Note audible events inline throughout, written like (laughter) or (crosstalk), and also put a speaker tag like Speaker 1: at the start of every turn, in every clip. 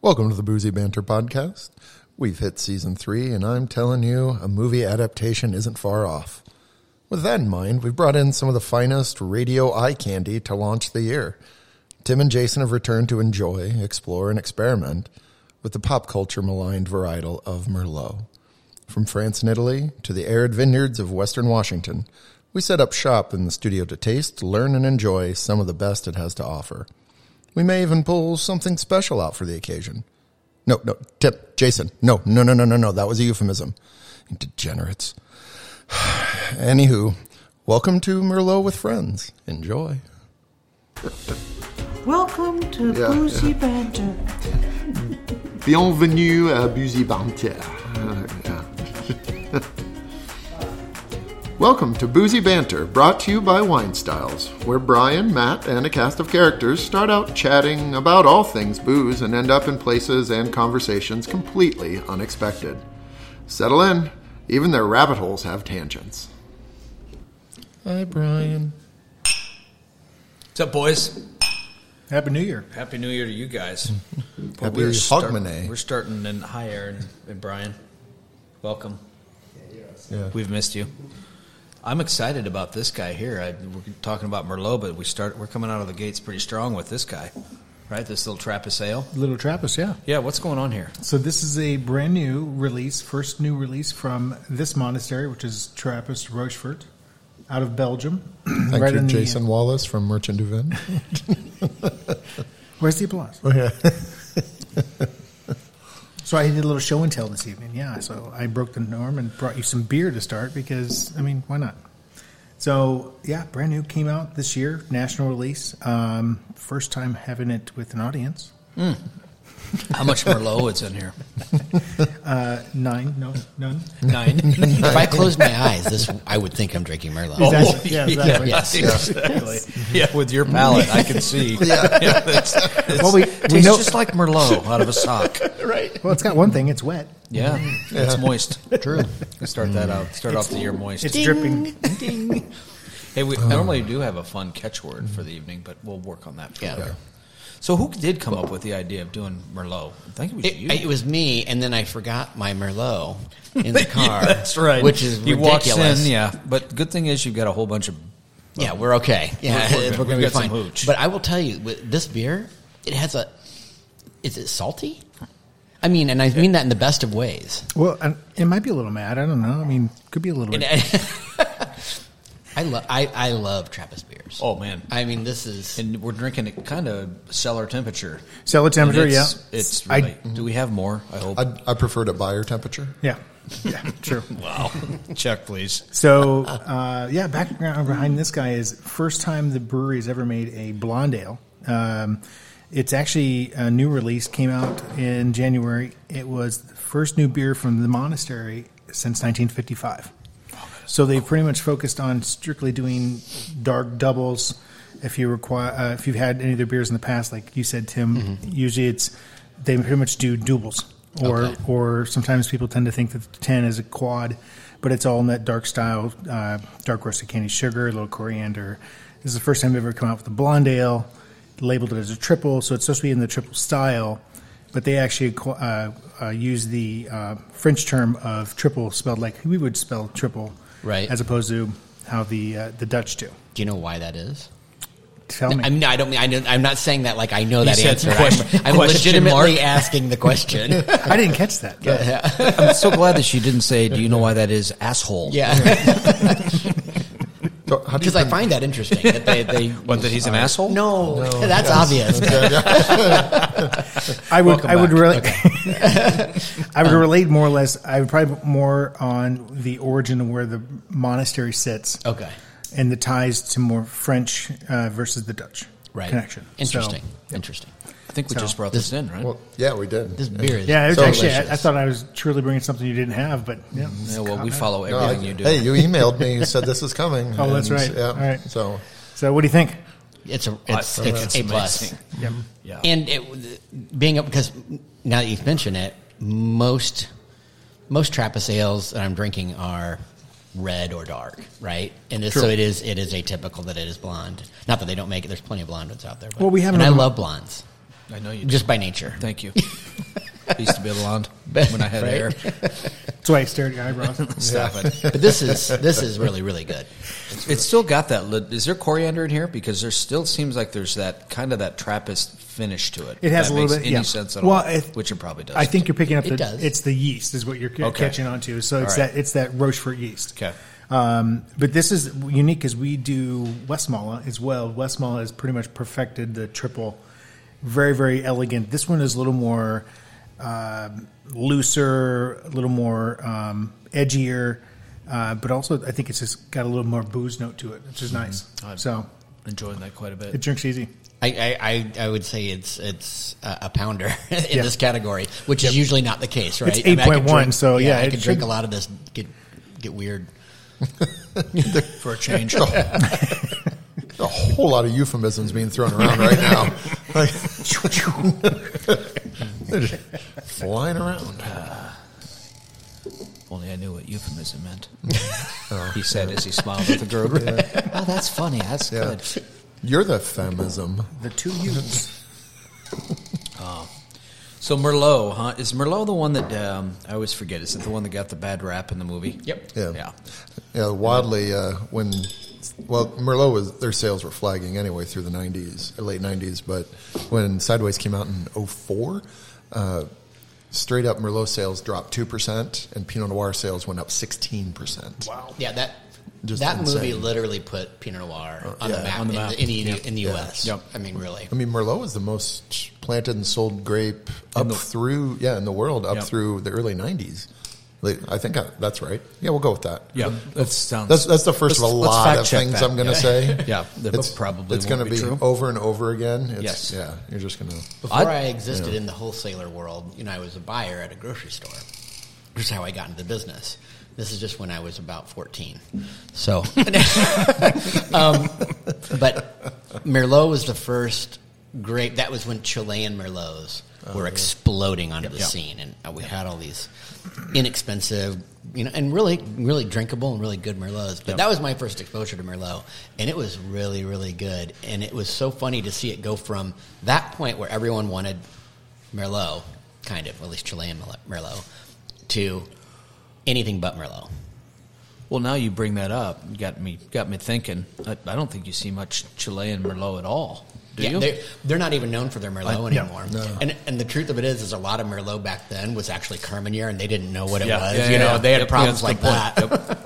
Speaker 1: Welcome to the Boozy Banter Podcast. We've hit season three, and I'm telling you, a movie adaptation isn't far off. With that in mind, we've brought in some of the finest radio eye candy to launch the year. Tim and Jason have returned to enjoy, explore, and experiment with the pop culture maligned varietal of Merlot. From France and Italy to the arid vineyards of Western Washington, we set up shop in the studio to taste, learn, and enjoy some of the best it has to offer. We may even pull something special out for the occasion. No, no, Tip, Jason, no, no, no, no, no, no. That was a euphemism. You Degenerates. (sighs) Anywho, welcome to Merlot with Friends. Enjoy.
Speaker 2: Welcome to
Speaker 3: Yeah,
Speaker 2: Boozy Banter.
Speaker 3: Bienvenue à Busy Banter. (laughs) Welcome to Boozy Banter, brought to you by Wine Styles, where Brian, Matt, and a cast of characters start out chatting about all things booze and end up in places and conversations completely unexpected. Settle in, even their rabbit holes have tangents.
Speaker 1: Hi, Brian.
Speaker 4: What's up, boys?
Speaker 5: Happy New Year.
Speaker 4: Happy New Year to you guys. Well,
Speaker 1: Happy
Speaker 4: start-
Speaker 1: Hogmanay.
Speaker 4: we're starting in high air, and, and Brian, welcome.
Speaker 1: Yeah.
Speaker 4: We've missed you. I'm excited about this guy here. I, we're talking about Merlot, but we start. We're coming out of the gates pretty strong with this guy, right? This little Trappist ale.
Speaker 5: Little Trappist, yeah.
Speaker 4: Yeah, what's going on here?
Speaker 5: So this is a brand new release, first new release from this monastery, which is Trappist Rochefort, out of Belgium. (clears throat)
Speaker 1: Thank you,
Speaker 5: in the-
Speaker 1: Jason Wallace from Merchant du Vin.
Speaker 5: where's the applause?
Speaker 1: Oh,
Speaker 5: (laughs) so I did a little show and tell this evening, yeah. So I broke the norm and brought you some beer to start because, I mean, why not? So yeah, brand new came out this year, national release. Um, first time having it with an audience.
Speaker 4: How much Merlot is in here?
Speaker 5: Nine, no, none.
Speaker 4: Nine.
Speaker 6: If I
Speaker 4: (laughs)
Speaker 6: closed my eyes, this I would think I'm drinking Merlot.
Speaker 4: Oh,
Speaker 5: Exactly. Yeah, exactly.
Speaker 6: Yes.
Speaker 5: Exactly.
Speaker 4: (laughs) yeah, with your palate, I can see. (laughs) yeah, it's, it's,
Speaker 5: Well, we- we
Speaker 4: tastes
Speaker 5: know-
Speaker 4: just like Merlot out of a sock.
Speaker 5: Well, it's got one thing. It's wet.
Speaker 4: Yeah, it's moist. True. Start that out. Start off the year moist.
Speaker 5: It's dripping.
Speaker 4: Hey, we normally do have a fun catchword for the evening, but we'll work on that.
Speaker 6: Yeah.
Speaker 4: further. So, who did come up with the idea of doing Merlot? I think it was
Speaker 6: It,
Speaker 4: you.
Speaker 6: it was me, and then I forgot my Merlot in
Speaker 4: (laughs)
Speaker 6: the car.
Speaker 4: That's right.
Speaker 6: Which is
Speaker 4: you walked
Speaker 6: ridiculous.
Speaker 4: in, yeah. But good thing is you've got a whole bunch of.
Speaker 6: Yeah, we're okay. Yeah,
Speaker 4: We're- we're
Speaker 6: we're,
Speaker 4: good.
Speaker 6: gonna
Speaker 4: We've
Speaker 6: be
Speaker 4: got some
Speaker 6: fine.
Speaker 4: hooch.
Speaker 6: But I will tell you, with this beer, it has a. Is it salty? I mean, and I mean that in the best of ways.
Speaker 5: Well, I- it might be a little mad. I don't know. I mean, could be a little
Speaker 6: And (laughs)
Speaker 5: bit.
Speaker 6: I, I love I, I love Trappist beers.
Speaker 4: Oh man!
Speaker 6: I mean, this is
Speaker 4: and we're drinking it kind of cellar temperature.
Speaker 5: Cellar temperature,
Speaker 4: And
Speaker 5: yeah.
Speaker 4: it's, It's
Speaker 5: I-
Speaker 4: really, do we have more? I hope.
Speaker 1: I, I prefer to buyer temperature.
Speaker 5: Yeah. Yeah,
Speaker 4: (laughs)
Speaker 5: true.
Speaker 4: wow. Check, please.
Speaker 5: So, uh, yeah, background behind this guy is first time the brewery's ever made a blonde ale. Um, it's actually a new release, came out in January. It was the first new beer from the monastery since 1955. So they pretty much focused on strictly doing dark doubles. If you require, uh, if you've had any of their beers in the past, like you said, Tim, usually it's they pretty much do doubles, or
Speaker 6: Okay.
Speaker 5: or sometimes people tend to think that the ten is a quad, but it's all in that dark style, uh, dark roasted candy sugar, a little coriander. This is the first time they've ever come out with a blonde ale, labeled it as a triple, so it's supposed to be in the triple style, but they actually qu- uh, uh, use the uh, French term of triple spelled like we would spell triple,
Speaker 6: Right.
Speaker 5: As opposed to how the uh, the Dutch do.
Speaker 6: do you know why that is?
Speaker 5: Tell me.
Speaker 6: I mean, I don't mean I don't, I'm not saying that like I know that
Speaker 4: said
Speaker 6: answer.
Speaker 4: question-
Speaker 6: I'm, I'm
Speaker 4: question
Speaker 6: legitimately asking the question.
Speaker 5: I didn't catch that.
Speaker 4: (laughs) I'm so glad that she didn't say, "Do you know why that is, asshole?"
Speaker 6: yeah,
Speaker 1: So how do you
Speaker 6: because I
Speaker 1: pronounce-
Speaker 6: find that interesting that they they
Speaker 4: What? That he's an asshole?
Speaker 6: no, that's obvious.
Speaker 5: I would.
Speaker 4: Welcome
Speaker 5: I would
Speaker 4: back.
Speaker 5: really. (laughs) I would relate more or less. I would probably more on the origin of where the monastery sits.
Speaker 6: Okay.
Speaker 5: And the ties to more French uh, versus the Dutch
Speaker 6: Right.
Speaker 5: connection. So,
Speaker 6: Interesting. Interesting.
Speaker 4: I think we
Speaker 5: So-
Speaker 4: just brought this, in, right?
Speaker 1: Well, yeah, we did.
Speaker 6: This beer is
Speaker 5: yeah, it was
Speaker 1: So
Speaker 5: actually. I, I
Speaker 6: delicious.
Speaker 5: thought I was truly bringing something you didn't have, but yeah.
Speaker 4: Mm-hmm. yeah, well,
Speaker 5: caught
Speaker 4: we
Speaker 5: it.
Speaker 4: follow
Speaker 1: No, I-
Speaker 4: everything you do.
Speaker 1: Hey, you emailed me. You said this is coming.
Speaker 5: Oh, that's
Speaker 1: and,
Speaker 5: right.
Speaker 1: Yeah.
Speaker 5: All right.
Speaker 1: So
Speaker 5: So, what do you think?
Speaker 6: it's a
Speaker 4: I-
Speaker 6: it's, it's, a plus.
Speaker 4: amazing.
Speaker 5: Yep.
Speaker 4: Yeah.
Speaker 6: And it, being up because now that you've mentioned it, most most Trappist ales that I'm drinking are red or dark, right? And this, so it is it is atypical that it is blonde. Not that they don't make it. There's plenty of blonde ones out there. But,
Speaker 5: Well, we have
Speaker 6: and I
Speaker 5: another-
Speaker 6: love blondes.
Speaker 4: I know you.
Speaker 6: just by nature.
Speaker 4: Thank (laughs) you. I used to be a blonde when I had
Speaker 6: Right?
Speaker 4: hair.
Speaker 5: That's why I stared at your eyebrows.
Speaker 4: (laughs) Stop it.
Speaker 6: But
Speaker 5: (laughs)
Speaker 6: this is this is really really good.
Speaker 4: It's still got that. li- Is there coriander in here? Because there still seems like there's that kind of that Trappist finish to it.
Speaker 5: It has
Speaker 4: That
Speaker 5: a little
Speaker 4: makes
Speaker 5: bit.
Speaker 4: any
Speaker 5: yeah.
Speaker 4: sense at
Speaker 5: well,
Speaker 4: all?
Speaker 5: it-
Speaker 4: which it probably does.
Speaker 5: I think you're picking up.
Speaker 6: It
Speaker 5: the,
Speaker 6: does.
Speaker 5: It's the yeast is what you're c-
Speaker 4: Okay.
Speaker 5: catching onto. So it's
Speaker 4: All right.
Speaker 5: that it's that Rochefort yeast.
Speaker 4: Okay.
Speaker 5: Um, but this is unique because we do Westmalle as well. Westmalle has pretty much perfected the triple. Very very elegant. This one is a little more um looser, a little more um, edgier. Uh, but also, I think it's just got a little more booze note to it, which is
Speaker 4: Mm-hmm.
Speaker 5: nice. So
Speaker 4: enjoying that quite a bit.
Speaker 5: it drinks easy.
Speaker 6: I, I, I, I would say it's it's a a pounder (laughs) in
Speaker 5: Yeah.
Speaker 6: this category, which is usually not the case, right?
Speaker 5: It's
Speaker 6: I mean, I could
Speaker 5: 8.1,
Speaker 6: drink-
Speaker 5: so yeah,
Speaker 6: I
Speaker 5: it
Speaker 6: could drink
Speaker 5: should-
Speaker 6: a lot of this. Get get weird.
Speaker 4: for a change.
Speaker 1: A whole lot of euphemisms being thrown around right now. (laughs) Like, they're just flying around.
Speaker 4: If Only I knew what
Speaker 1: (laughs)
Speaker 4: euphemism meant.
Speaker 1: Oh,
Speaker 4: he said as he smiled at the group. Oh, that's funny. That's
Speaker 1: Yeah.
Speaker 4: good.
Speaker 1: You're the feminism.
Speaker 5: (laughs) The two U's.
Speaker 4: So Merlot, huh? Is Merlot the one that um, I always forget? Is it the one that got the bad rap in the movie?
Speaker 6: Yep.
Speaker 1: Yeah.
Speaker 4: Yeah.
Speaker 1: Yeah, Wadley, uh, when, well, Merlot was, their sales were flagging anyway through the 90s, or late 90s, but when Sideways came out in 04, uh, straight up Merlot sales dropped 2%, and Pinot Noir sales went up 16%. Wow.
Speaker 6: Yeah, that
Speaker 1: Just
Speaker 6: that movie
Speaker 1: insane. Uh,
Speaker 6: literally put Pinot Noir on, the,
Speaker 1: yeah,
Speaker 6: map
Speaker 4: on the
Speaker 6: in
Speaker 4: map.
Speaker 6: the, in the, in the U.S.
Speaker 4: Yep.
Speaker 6: I mean, really.
Speaker 1: I mean, Merlot is the most planted and sold grape up
Speaker 4: the-
Speaker 1: through, yeah, in the world up
Speaker 4: Yep.
Speaker 1: through the early 90s. Like, I think I, that's right. Yeah, we'll go with that.
Speaker 4: Yeah. That sounds.
Speaker 1: That's, that's the 1st of a
Speaker 4: Let's- let's
Speaker 1: lot
Speaker 4: fact
Speaker 1: of
Speaker 4: check
Speaker 1: things
Speaker 4: that.
Speaker 1: I'm going to
Speaker 4: Yeah.
Speaker 1: say.
Speaker 4: (laughs) Yeah, that probably
Speaker 1: it's
Speaker 4: won't
Speaker 1: gonna
Speaker 4: be
Speaker 1: be,
Speaker 4: true.
Speaker 1: over and over again. It's,
Speaker 4: Yes.
Speaker 1: yeah, you're just going to.
Speaker 6: Before I,
Speaker 4: I-
Speaker 6: existed in the wholesaler world, you know, I was a buyer at a grocery store. This is how I got into the business. This is just when I was about 14. So, um, but Merlot was the first grape. That was when Chilean Merlots were exploding onto the
Speaker 4: yep.
Speaker 6: scene. And uh, we had all these inexpensive, you know, and really, really drinkable and really good Merlots. But that was my first exposure to Merlot. And it was really, really good. And it was so funny to see it go from that point where everyone wanted Merlot, kind of, at least Chilean Merlot, to anything but Merlot.
Speaker 4: well, now you bring that up. You got me. Got me thinking. I, I don't think you see much Chilean Merlot at all. Do you?
Speaker 6: They, they're not even known for their Merlot
Speaker 5: yeah.
Speaker 6: anymore. And, and the truth of it is, is a lot of Merlot back then was actually Carmenere, and they didn't know what it
Speaker 4: Yeah.
Speaker 6: was.
Speaker 4: Yeah,
Speaker 6: you
Speaker 4: yeah,
Speaker 6: know,
Speaker 4: yeah.
Speaker 6: they had
Speaker 4: Yep,
Speaker 6: problems
Speaker 4: yeah,
Speaker 6: like
Speaker 4: that's a good
Speaker 6: that.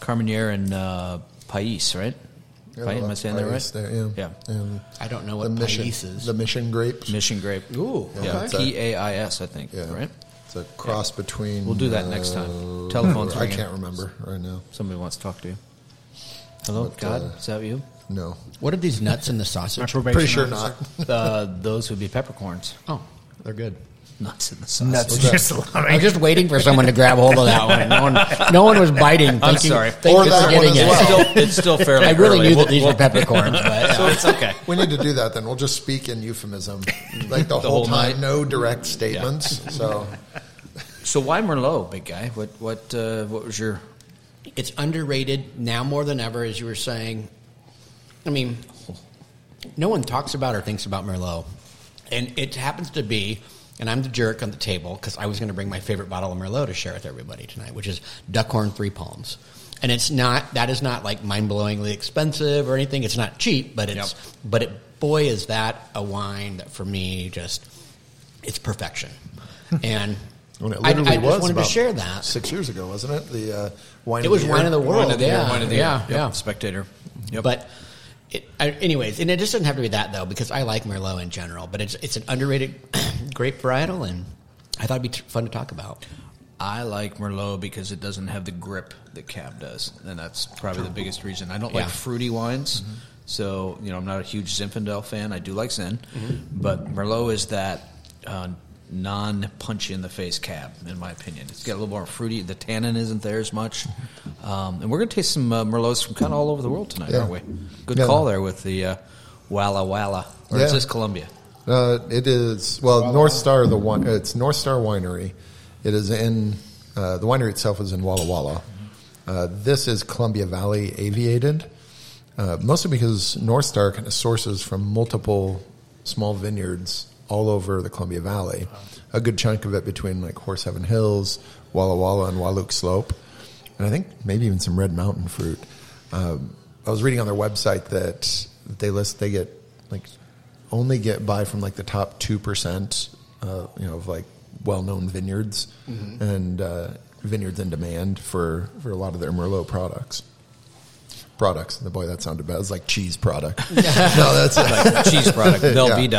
Speaker 4: Carmenere and uh, Pais, right?
Speaker 1: Yeah,
Speaker 4: Pais, am I
Speaker 1: that's
Speaker 4: saying that right?
Speaker 1: Pais there, yeah.
Speaker 4: Yeah.
Speaker 1: And
Speaker 6: I don't know
Speaker 1: the
Speaker 6: what
Speaker 1: mission,
Speaker 6: Pais is.
Speaker 1: the mission grapes.
Speaker 4: Mission grape.
Speaker 6: Ooh,
Speaker 4: Yeah.
Speaker 1: okay.
Speaker 4: P A I S. I think. Right.
Speaker 1: It's a cross between. uh,
Speaker 4: We'll do that next time. Telephone's
Speaker 1: I
Speaker 4: ringing.
Speaker 1: can't remember right now.
Speaker 4: Somebody wants to talk to you. Hello,
Speaker 1: But,
Speaker 4: God.
Speaker 1: uh,
Speaker 4: is that you?
Speaker 1: No,
Speaker 6: What are these nuts in the
Speaker 5: My
Speaker 6: sausage?
Speaker 5: probation
Speaker 1: pretty sure
Speaker 5: officer.
Speaker 1: not.
Speaker 4: uh, those would be peppercorns.
Speaker 6: Oh, they're good.
Speaker 4: Nuts in the sauce.
Speaker 5: Nuts.
Speaker 1: What's that?
Speaker 5: (laughs) Just salami.
Speaker 6: I was just waiting for someone to grab hold of that one. No one, no one was biting. Thinking,
Speaker 4: I'm sorry.
Speaker 6: thinking
Speaker 1: Or that
Speaker 6: of
Speaker 1: one
Speaker 6: getting
Speaker 1: as
Speaker 6: it.
Speaker 1: well.
Speaker 4: It's still, it's still fairly
Speaker 6: I really
Speaker 4: early.
Speaker 6: knew
Speaker 4: We'll-
Speaker 6: that these were peppercorns, but
Speaker 4: we'll- it's okay.
Speaker 1: We need to do that then. We'll just speak in euphemism, like the, whole,
Speaker 4: whole
Speaker 1: time.
Speaker 4: night.
Speaker 1: No direct
Speaker 4: (laughs)
Speaker 1: statements. So
Speaker 4: So why Merlot, big guy? What what uh, what was your?
Speaker 6: it's underrated now more than ever, as you were saying. I mean, no one talks about or thinks about Merlot, and it happens to be. And I'm the jerk on the table because I was going to bring my favorite bottle of Merlot to share with everybody tonight, which is Duckhorn Three Palms. And it's not that is not like mind blowingly expensive or anything. It's not cheap, but it's but it boy is that a wine that for me just
Speaker 1: (laughs)
Speaker 6: it's perfection. and
Speaker 1: when it
Speaker 6: I, I
Speaker 1: literally
Speaker 6: just
Speaker 1: was
Speaker 6: wanted to
Speaker 1: about
Speaker 6: share that.
Speaker 1: six years ago, wasn't it? The uh, wine.
Speaker 6: It
Speaker 1: of
Speaker 6: was
Speaker 1: the
Speaker 6: wine
Speaker 1: year?
Speaker 6: of the world.
Speaker 4: Wine of the year,
Speaker 6: yeah,
Speaker 4: wine of the year.
Speaker 6: yeah,
Speaker 4: Yep,
Speaker 6: yeah.
Speaker 4: Spectator. Yep.
Speaker 6: But it, I, anyways, and it just doesn't have to be that though, because I like Merlot in general. But it's it's an underrated (clears throat) grape varietal, and I thought it'd be t- fun to talk about.
Speaker 4: I like Merlot because it doesn't have the grip that Cab does, and that's probably the biggest reason. I don't
Speaker 6: Yeah.
Speaker 4: like fruity wines,
Speaker 1: Mm-hmm.
Speaker 4: so you know I'm not a huge Zinfandel fan. I do like Zin,
Speaker 1: Mm-hmm.
Speaker 4: but Merlot is that uh, non punchy in the face Cab, in my opinion. It's got a little more fruity. The tannin isn't there as much, um, and we're gonna taste some uh, Merlots from kind of all over the world tonight,
Speaker 1: Yeah.
Speaker 4: aren't we? Good
Speaker 1: Yeah.
Speaker 4: call there with the uh, Walla Walla. Or is
Speaker 1: Yeah.
Speaker 4: this
Speaker 1: (laughs)
Speaker 4: Colombia?
Speaker 1: Uh, it is well, North Star the one. It's North Star Winery. It is in uh, the winery itself is in Walla Walla. Uh, this is Columbia Valley Aviated, uh, mostly because North Star kind of sources from multiple small vineyards all over the Columbia Valley. A good chunk of it between like Horse Heaven Hills, Walla Walla, and Waluk Slope, and I think maybe even some Red Mountain fruit. Um, I was reading on their website that they list they get like only get by from like the top two percent, uh, you know, of like well-known vineyards and uh, vineyards in demand for for a lot of their Merlot products. Products. The boy, that sounded bad. It was like cheese product. no, that's
Speaker 4: Like cheese product, Velveeta.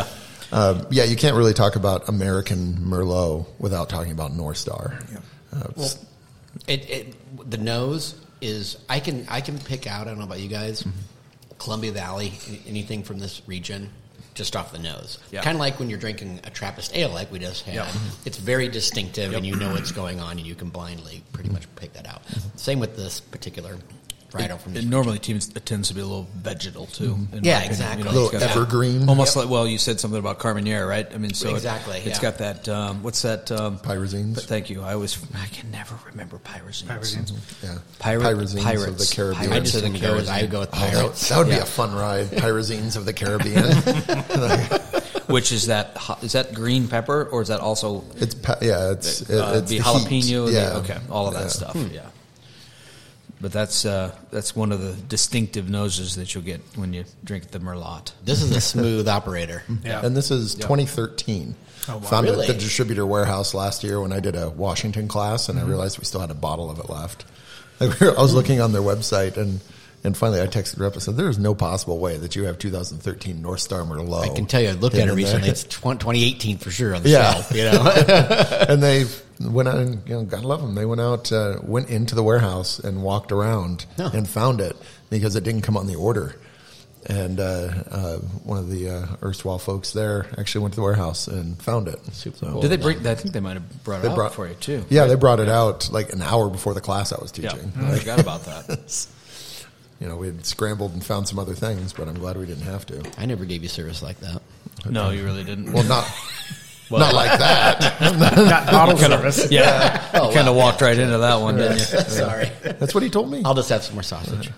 Speaker 1: um, yeah, you can't really talk about American Merlot without talking about North Star. Uh,
Speaker 6: Well, it, it the nose is I can I can pick out. I don't know about you guys, Columbia Valley, a- anything from this region, just off the nose.
Speaker 4: Yeah.
Speaker 6: Kind of like when you're drinking a Trappist ale, like we just had. It's very distinctive, and you know what's going on, and you can blindly pretty much pick that out. Same with this particular varietal from
Speaker 4: It
Speaker 6: this.
Speaker 4: normally teams, it tends to be a little vegetal too.
Speaker 1: Mm-hmm.
Speaker 4: in
Speaker 6: Yeah,
Speaker 4: my opinion.
Speaker 6: exactly.
Speaker 4: it's
Speaker 1: Little
Speaker 4: got that-
Speaker 1: evergreen.
Speaker 4: almost like well, you said something about Carmenere, right? I mean, so
Speaker 6: Exactly,
Speaker 4: It, has
Speaker 6: yeah.
Speaker 4: got that. Um, what's that? Um,
Speaker 1: Pyrazines.
Speaker 4: th- Thank you. I always I can never remember pyrazines.
Speaker 5: Pyrazines.
Speaker 1: Mm-hmm. yeah.
Speaker 4: Pirate-
Speaker 1: Pyrazines of
Speaker 4: pirates.
Speaker 1: the Caribbean.
Speaker 6: I
Speaker 4: Pirates. to
Speaker 6: just
Speaker 4: the
Speaker 6: don't care.
Speaker 4: Caribbean.
Speaker 1: (laughs)
Speaker 6: I go with
Speaker 1: Oh, that,
Speaker 6: pirates.
Speaker 1: that would be
Speaker 4: Yeah.
Speaker 1: a fun ride.
Speaker 4: (laughs)
Speaker 1: Pyrazines of the Caribbean. (laughs)
Speaker 4: Which is that? hot- Is that green pepper or is that also
Speaker 1: it's pa- yeah, it's it,
Speaker 4: uh,
Speaker 1: it's
Speaker 4: the
Speaker 1: heat.
Speaker 4: jalapeno? and the-
Speaker 1: Yeah,
Speaker 4: okay, all of that
Speaker 1: Yeah.
Speaker 4: stuff.
Speaker 6: Hmm.
Speaker 4: Yeah. But that's uh, that's one of the distinctive noses that you'll get when you drink the merlot.
Speaker 6: This
Speaker 4: (laughs)
Speaker 6: is a smooth operator.
Speaker 5: Yeah.
Speaker 1: And this is 2013.
Speaker 5: Oh, wow.
Speaker 1: Found it at the
Speaker 6: Really?
Speaker 1: distributor warehouse last year when I did a Washington class, and
Speaker 5: Mm-hmm.
Speaker 1: I realized we still had a bottle of it left. (laughs) Like we were, I was looking on their website, and and finally I texted her up and said, "There is no possible way that you have 2013 North Star Merlot."
Speaker 6: I
Speaker 4: Oh.
Speaker 6: can tell you, I looked at
Speaker 1: hidden
Speaker 6: it
Speaker 1: in there."
Speaker 6: recently. It's twen- 2018 for sure on the
Speaker 1: Yeah.
Speaker 6: shelf. You
Speaker 4: (laughs)
Speaker 6: know,
Speaker 1: (laughs) and they went out and you know gotta love them they went out uh, went into the warehouse and walked around
Speaker 6: Huh.
Speaker 1: and found it because it didn't come on the order and uh, uh, one of the uh, erstwhile folks there actually went to the warehouse and found it super
Speaker 4: Did they bring? I think they might have brought it out for you too.
Speaker 1: yeah they brought it out like an hour before the class i was
Speaker 4: Yeah, Mm-hmm.
Speaker 1: teaching
Speaker 4: I forgot about that.
Speaker 1: you know we had scrambled and found some other things but i'm glad we didn't have to
Speaker 6: I never gave you service like that.
Speaker 4: (laughs) No, you really didn't. (laughs)
Speaker 1: well not not like that
Speaker 5: Not bottle
Speaker 4: (laughs)
Speaker 5: service.
Speaker 4: Yeah,
Speaker 6: Oh,
Speaker 4: kind of walked right into that one, didn't you?
Speaker 6: (laughs) Sorry.
Speaker 1: that's what he told me
Speaker 6: I'll just have some more sausage.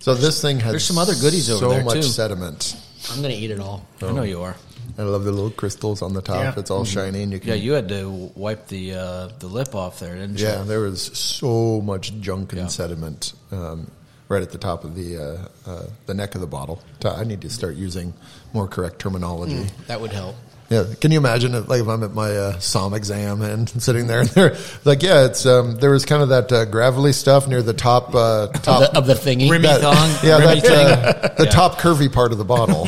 Speaker 1: so this thing has
Speaker 4: There's some other goodies over
Speaker 1: so
Speaker 4: there,
Speaker 1: much
Speaker 4: too.
Speaker 1: sediment
Speaker 6: I'm going to eat it all.
Speaker 4: I know you are.
Speaker 1: I love the little crystals on the top.
Speaker 5: Yeah.
Speaker 1: It's all shiny, and you can.
Speaker 4: Yeah, you had to wipe the uh, the lip off there, didn't you?
Speaker 1: Yeah, there was so much junk and
Speaker 4: Yeah.
Speaker 1: sediment um, right at the top of the uh, uh, the neck of the bottle. T- I need to start using more correct terminology.
Speaker 6: That would help.
Speaker 1: Yeah, can you imagine it? Like if I'm at my uh, SOM exam and (laughs) sitting there, and they're like, "Yeah, it's um, there was kind of that uh, gravelly stuff near the top
Speaker 4: (laughs)
Speaker 1: uh, top
Speaker 6: Of the, of the thingy.
Speaker 4: Oh. Remy
Speaker 1: that- (laughs)
Speaker 4: thong,
Speaker 1: yeah,
Speaker 4: Remy
Speaker 1: that, uh, the
Speaker 4: Yeah.
Speaker 1: top curvy part of the
Speaker 4: (laughs)
Speaker 1: bottle."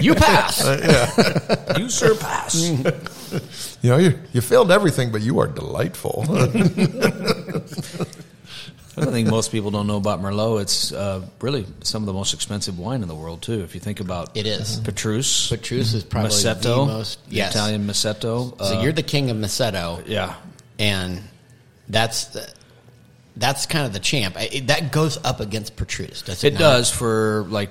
Speaker 6: You pass.
Speaker 4: you surpass.
Speaker 1: You know, you, you failed everything, but you are delightful. (laughs)
Speaker 4: I think most people don't know about Merlot. It's uh, really some of the most expensive wine in the world too. If you think about
Speaker 6: It is.
Speaker 4: Petrus,
Speaker 6: (laughs) Petrus is probably
Speaker 4: Masetto,
Speaker 6: the most.
Speaker 4: the
Speaker 6: Yes.
Speaker 4: Italian Masetto.
Speaker 6: So
Speaker 4: uh,
Speaker 6: you're the king of Masetto,
Speaker 4: yeah.
Speaker 6: and that's the, that's kind of the champ. I, it, that goes up against Petrus, does it?
Speaker 4: It
Speaker 6: not?
Speaker 4: does for like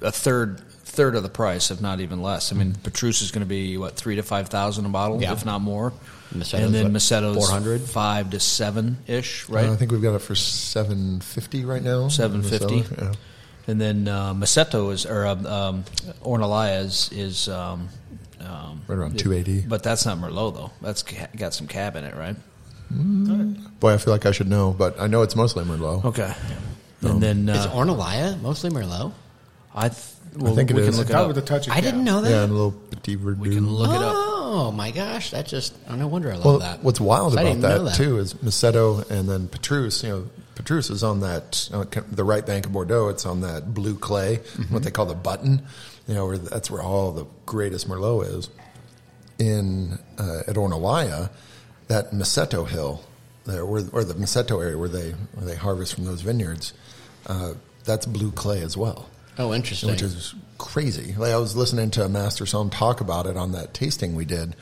Speaker 4: a third third of the price, if not even less. I mean,
Speaker 1: Hmm.
Speaker 4: Petrus is going to be what three to five thousand a bottle,
Speaker 6: Yeah.
Speaker 4: if not more.
Speaker 6: Macetto's
Speaker 4: and then
Speaker 6: what,
Speaker 4: Macetto's
Speaker 6: 400?
Speaker 4: five to seven ish, right?
Speaker 1: Uh, I think we've got it for seven fifty right now.
Speaker 4: seven fifty.
Speaker 1: Yeah.
Speaker 4: And then uh, Masetto is or um, um, Ornellaia is, is um, um,
Speaker 1: Right around 280.
Speaker 4: But that's not Merlot though. That's ca- got some cab in it, right?
Speaker 1: Boy, I feel like I should know, but I know it's mostly Merlot.
Speaker 4: Okay.
Speaker 1: Um,
Speaker 4: And then
Speaker 6: Is
Speaker 4: uh,
Speaker 6: Ornellaia mostly Merlot?
Speaker 4: I, th- well,
Speaker 1: think it
Speaker 4: we
Speaker 1: is.
Speaker 4: can look it
Speaker 5: Not
Speaker 4: up.
Speaker 5: with a touch of
Speaker 6: I didn't know that.
Speaker 1: Yeah, and a little petit verdure.
Speaker 4: we can look it up.
Speaker 6: oh my gosh, that just oh, no wonder I love
Speaker 1: well,
Speaker 6: that.
Speaker 1: what's wild
Speaker 6: I
Speaker 1: about
Speaker 6: didn't know
Speaker 1: that, too is Macedo and then Petrus. You know, Petrus is on that uh, kind of the right bank of Bordeaux. It's on that blue clay,
Speaker 6: Mm-hmm.
Speaker 1: what they call the button. You know, where that's where all the greatest Merlot is. in uh, at Ornellaia, that Maceto Hill, there, where, or the Maceto area where they where they harvest from those vineyards, uh, that's blue clay as well,
Speaker 6: Oh, interesting.
Speaker 1: which is crazy. Like I was listening to a master psalm talk about it on that tasting we did,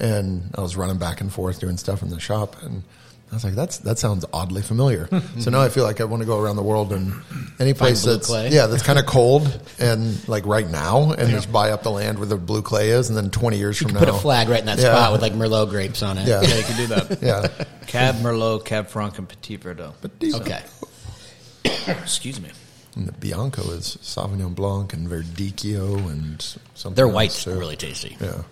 Speaker 1: and I was running back and forth doing stuff in the shop, and I was like, "That's that sounds oddly
Speaker 6: (laughs)
Speaker 1: familiar." so now I feel like I want to go around the world and any place
Speaker 6: blue
Speaker 1: that's
Speaker 6: clay.
Speaker 1: yeah that's kind of cold and like right now, and just buy up the land where the blue clay is, and then twenty years from now,
Speaker 6: Put a flag right in that
Speaker 1: Yeah.
Speaker 6: spot with like Merlot grapes on it.
Speaker 1: Yeah.
Speaker 4: You can do that.
Speaker 1: (laughs)
Speaker 6: (laughs)
Speaker 1: Yeah.
Speaker 4: Cab Merlot, Cab Franc, and Petit Verdot. Oh,
Speaker 1: But these-
Speaker 6: Okay.
Speaker 4: Excuse me.
Speaker 1: And the Bianco is Sauvignon Blanc and Verdicchio and something.
Speaker 6: Their
Speaker 1: else,
Speaker 6: white's
Speaker 1: too.
Speaker 6: really tasty.
Speaker 1: Yeah.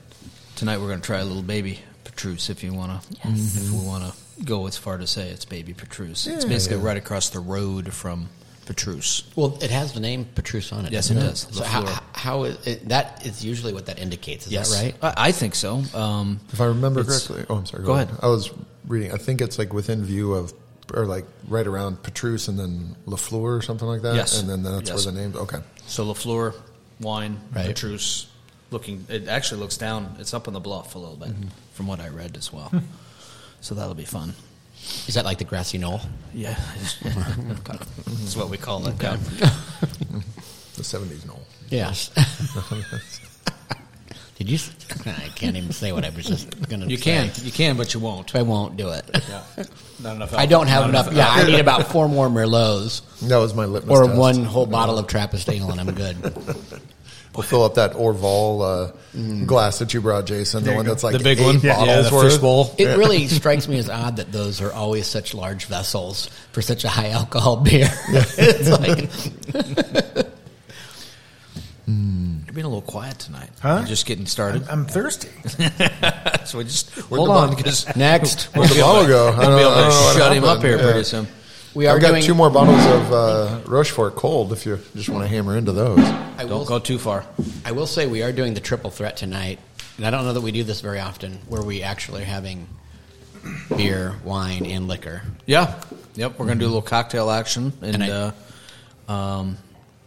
Speaker 4: Tonight we're going to try a little baby Petrus if you want to. If we want to go as far to say it's baby Petrus. it's
Speaker 1: Yeah,
Speaker 4: basically
Speaker 1: yeah.
Speaker 4: right across the road from Petrus.
Speaker 6: Well, it has the name Petrus on it.
Speaker 4: Yes,
Speaker 6: doesn't
Speaker 4: it does.
Speaker 6: So
Speaker 4: La
Speaker 6: how,
Speaker 4: Fleur.
Speaker 6: how is it, that is usually what that indicates. Is that right?
Speaker 4: I, I think so. Um,
Speaker 1: If I remember
Speaker 4: It's-
Speaker 1: correctly. Oh, I'm sorry.
Speaker 4: Go ahead.
Speaker 1: I was reading. I think it's like within view of, or like right around Petrus and then Lafleur or something like that.
Speaker 4: Yes.
Speaker 1: And then that's
Speaker 4: Yes.
Speaker 1: where the name. Okay.
Speaker 4: so Lafleur wine
Speaker 6: Right.
Speaker 4: Petrus looking. It actually looks down. It's up on the bluff a little bit from what I read as well. so that'll be fun.
Speaker 6: Is that like the grassy knoll?
Speaker 4: Yeah, (laughs) that's what we call it. down.
Speaker 1: The 70s Knoll. (laughs)
Speaker 6: Yes. Did you? s- I can't even say what I was just going to.
Speaker 4: You can, you can, but you won't.
Speaker 6: I won't do it.
Speaker 4: Not enough.
Speaker 6: I don't have
Speaker 4: not
Speaker 6: enough. Yeah, I need about four more Merlots
Speaker 1: That was my litmus
Speaker 6: or
Speaker 1: test.
Speaker 6: one whole bottle of Trappist Ale, and I'm good.
Speaker 1: We'll fill up that Orval uh,
Speaker 4: Mm.
Speaker 1: glass that you brought, Jason. The
Speaker 5: There you
Speaker 1: one
Speaker 5: go.
Speaker 1: that's like
Speaker 4: The big
Speaker 1: eight
Speaker 4: one? Yeah,
Speaker 1: bottles
Speaker 4: the
Speaker 1: worth.
Speaker 4: fish bowl.
Speaker 6: It really strikes me as odd that those are always such large vessels for such a high
Speaker 1: (laughs)
Speaker 6: alcohol beer. it's like
Speaker 4: You're being a little quiet tonight.
Speaker 5: Huh?
Speaker 4: You're just getting started.
Speaker 5: I'm thirsty.
Speaker 4: (laughs) so we just
Speaker 1: Where'd
Speaker 4: hold
Speaker 1: the
Speaker 4: on
Speaker 1: bottle- (laughs)
Speaker 4: because (laughs)
Speaker 6: next.
Speaker 1: Where'd the bottle go? I
Speaker 4: we'll
Speaker 1: don't,
Speaker 4: be able
Speaker 1: I don't know
Speaker 4: to
Speaker 1: what
Speaker 4: shut him up
Speaker 1: happened.
Speaker 4: here
Speaker 1: Yeah.
Speaker 4: pretty soon.
Speaker 6: We are
Speaker 1: I've got
Speaker 6: doing.
Speaker 1: two more bottles of uh, Rochefort cold if you just want to hammer into those.
Speaker 6: I will,
Speaker 4: Don't go too far.
Speaker 6: I will say we are doing the triple threat tonight, and I don't know that we do this very often, where we actually are having beer, wine, and liquor.
Speaker 4: Yeah. Yep. We're gonna do a little cocktail action and,
Speaker 6: And I-
Speaker 4: uh, um,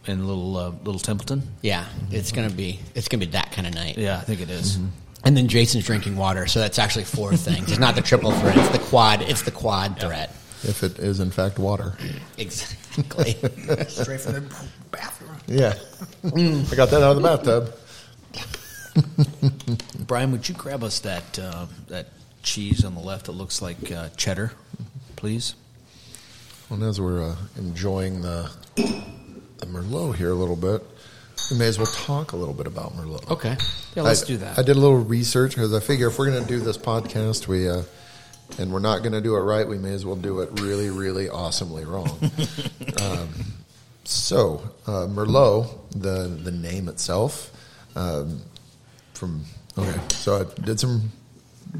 Speaker 4: and a little uh, little Templeton.
Speaker 6: Yeah, it's gonna be it's gonna be that kind of night.
Speaker 4: Yeah, I think it is.
Speaker 1: Mm-hmm.
Speaker 6: And then Jason's drinking water, so that's actually four things. It's not the triple threat; it's the quad. It's the quad threat.
Speaker 1: If it is, in fact,
Speaker 4: (laughs)
Speaker 1: water.
Speaker 6: Exactly.
Speaker 5: Straight from the bathroom.
Speaker 1: Yeah. I got that out of the bathtub.
Speaker 4: Mm-hmm. Brian, would you grab us that uh, that cheese on the left that looks like uh, cheddar, please?
Speaker 1: And as we're uh, enjoying the, the Merlot here a little bit, we may as well talk a little bit about Merlot.
Speaker 6: (laughs) okay.
Speaker 4: Yeah, let's
Speaker 1: I,
Speaker 4: do that.
Speaker 1: I did a little research because I figure if we're going to do this podcast, we uh, and we're not going to do it right, we may as well do it really, really awesomely wrong.
Speaker 4: (laughs)
Speaker 1: um, so uh, Merlot, the the name itself, um, from okay. So I did some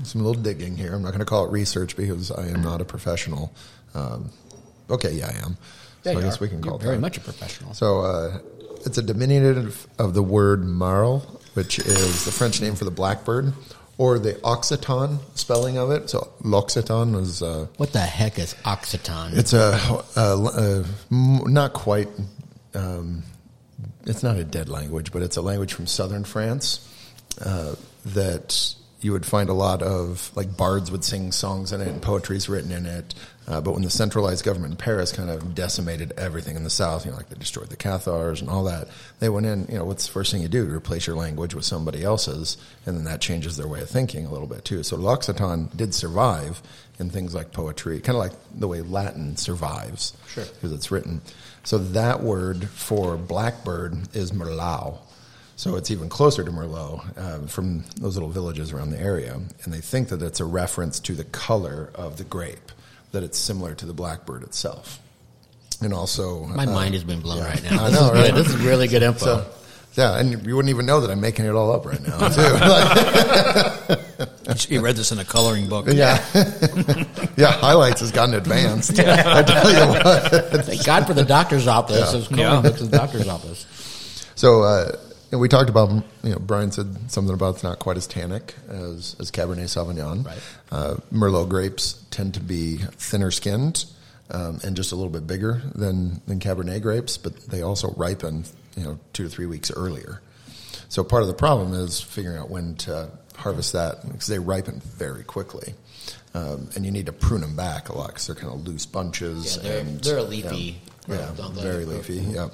Speaker 1: some little digging here. I'm not going to call it research because I am not a professional. Um, okay, yeah, I am. so
Speaker 6: Yeah,
Speaker 1: I
Speaker 6: you
Speaker 1: guess
Speaker 6: are.
Speaker 1: we can
Speaker 6: You're
Speaker 1: call it
Speaker 6: very
Speaker 1: that.
Speaker 6: much a professional.
Speaker 1: So uh, it's a diminutive of the word marl, which is the French name for the blackbird, or the Occitan spelling of it. So l'Occitan is uh,
Speaker 6: What the heck is Occitan?
Speaker 1: it's a, a, a m- not quite. Um, it's not a dead language, but it's a language from southern France uh, that you would find a lot of like bards would sing songs in it and poetry's written in it. Uh, but when the centralized government in Paris kind of decimated everything in the South, you know, like they destroyed the Cathars and all that, they went in. You know, what's the first thing you do? You replace your language with somebody else's, and then that changes their way of thinking a little bit too. So L'Occitan did survive in things like poetry, kind of like the way Latin survives,
Speaker 6: Sure.
Speaker 1: because it's written. So that word for blackbird is merlau. So it's even closer to Merlot uh, from those little villages around the area. And they think that it's a reference to the color of the grape, that it's similar to the blackbird itself. And also,
Speaker 6: My
Speaker 1: uh,
Speaker 6: mind has been blown
Speaker 1: yeah.
Speaker 6: right
Speaker 1: (laughs)
Speaker 6: now.
Speaker 1: I
Speaker 6: This
Speaker 1: know,
Speaker 6: is good.
Speaker 1: right?
Speaker 6: This is really good info.
Speaker 1: So, yeah, and you wouldn't even know that I'm making it all up right now,
Speaker 6: (laughs)
Speaker 1: too. Like,
Speaker 4: He read this in a coloring book.
Speaker 1: yeah. (laughs) yeah, highlights has gotten advanced. I tell you what.
Speaker 6: Thank God for the doctor's office. Those coloring
Speaker 4: Yeah.
Speaker 6: books in the doctor's office.
Speaker 1: So, uh, and we talked about, you know, Brian said something about it's not quite as tannic as, as Cabernet Sauvignon.
Speaker 6: Right.
Speaker 1: Uh, Merlot grapes tend to be thinner skinned um, and just a little bit bigger than, than Cabernet grapes, but they also ripen, you know, two to three weeks earlier. So part of the problem is figuring out when to harvest that because they ripen very quickly. Um, and you need to prune them back a lot because they're kind of loose bunches.
Speaker 6: Yeah, they're-
Speaker 1: and,
Speaker 6: they're a leafy-
Speaker 1: Yeah,
Speaker 6: don't
Speaker 1: yeah
Speaker 6: they?
Speaker 1: very leafy. Yeah.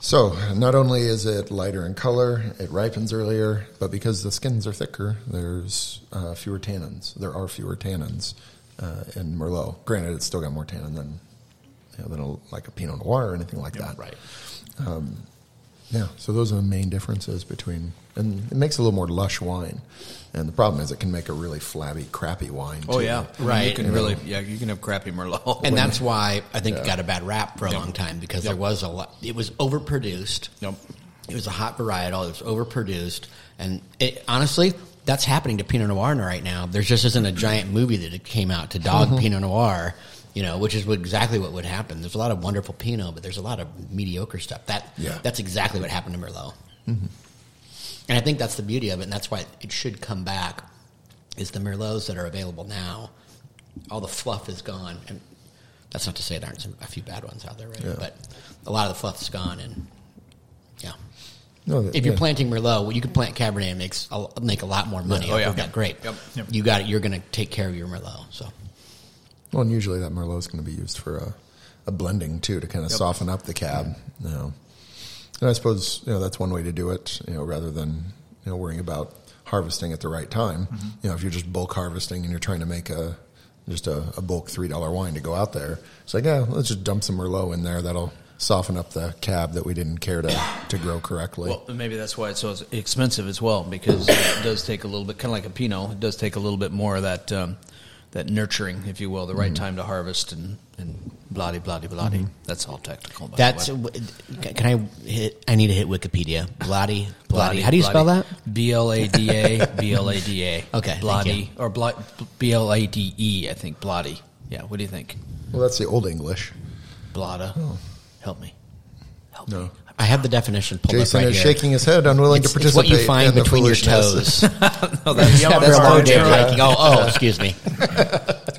Speaker 1: So, not only is it lighter in color, it ripens earlier, but because the skins are thicker, there's uh, fewer tannins. There are fewer tannins uh, in Merlot. Granted, it's still got more tannin than you know, than a, like a Pinot Noir or anything like that.
Speaker 6: right.
Speaker 1: Yeah, so those are the main differences between, and it makes a little more lush wine. And the problem is, it can make a really flabby, crappy wine.
Speaker 4: Oh
Speaker 1: too.
Speaker 4: yeah,
Speaker 6: Right.
Speaker 4: You can really, yeah, you can have crappy merlot.
Speaker 6: And that's why I think it got a bad rap for a long time because there was a lot. It was overproduced.
Speaker 4: (laughs) Yep.
Speaker 6: It was a hot varietal. It was overproduced, and it, honestly, that's happening to Pinot Noir right now. There just isn't a giant movie that it came out to dog Pinot Noir, you know, which is what, exactly what would happen. There's a lot of wonderful Pinot, but there's a lot of mediocre stuff. That
Speaker 1: Yeah.
Speaker 6: that's exactly what happened to Merlot. And I think that's the beauty of it, and that's why it should come back. Is the merlots that are available now? All the fluff is gone, and that's not to say there aren't some, a few bad ones out there, right?
Speaker 1: Yeah.
Speaker 6: But a lot of the fluff's gone, and yeah.
Speaker 1: No, that-
Speaker 6: If you're
Speaker 1: yeah.
Speaker 6: planting merlot, well, you can plant cabernet and makes a, make a lot more money.
Speaker 4: Yeah. Oh,
Speaker 6: off
Speaker 4: yeah.
Speaker 6: of that grape.
Speaker 4: Yep. Yep.
Speaker 6: You got it. You're going to take care of your merlot. So
Speaker 1: Well, and usually that Merlot is going to be used for a, a blending too to kind of soften up the cab. You know. And I suppose you know that's one way to do it. You know, rather than you know worrying about harvesting at the right time.
Speaker 6: Mm-hmm.
Speaker 1: You know, if you're just bulk harvesting and you're trying to make a just a, a bulk three dollar wine to go out there, it's like yeah, let's just dump some Merlot in there. That'll soften up the cab that we didn't care to to grow correctly.
Speaker 4: Well, maybe that's why it's so expensive as well, because it does take a little bit, kind of like a Pinot, it does take a little bit more of that um, that nurturing, if you will, the
Speaker 6: Mm-hmm.
Speaker 4: right time to harvest and and blah de blah de blah de. That's all technical. By
Speaker 6: that's.
Speaker 4: the way.
Speaker 6: Can I hit? I need to hit Wikipedia. Bloody,
Speaker 1: (laughs)
Speaker 6: bloody. How do you spell that?
Speaker 4: B L A D
Speaker 6: (laughs)
Speaker 4: A B L A D A.
Speaker 6: Okay, thank
Speaker 4: bloody or B L A D E. I think bloody. Yeah. What do you
Speaker 6: (laughs)
Speaker 4: think?
Speaker 1: well that's the old English.
Speaker 4: Blotta.
Speaker 1: Oh.
Speaker 4: Help me.
Speaker 6: Oh,
Speaker 4: Help
Speaker 1: No.
Speaker 4: me.
Speaker 6: I have the definition pulled
Speaker 1: Jason
Speaker 6: up right
Speaker 1: is
Speaker 6: here.
Speaker 1: shaking his head, unwilling
Speaker 6: It's,
Speaker 1: to
Speaker 6: it's
Speaker 1: participate.
Speaker 6: what you find
Speaker 1: in the
Speaker 6: between your
Speaker 1: foolishness.
Speaker 6: toes.
Speaker 1: (laughs)
Speaker 4: No, Oh, that's, yeah,
Speaker 6: After a long day of
Speaker 4: Ontario.
Speaker 6: hiking. Oh, oh, excuse me.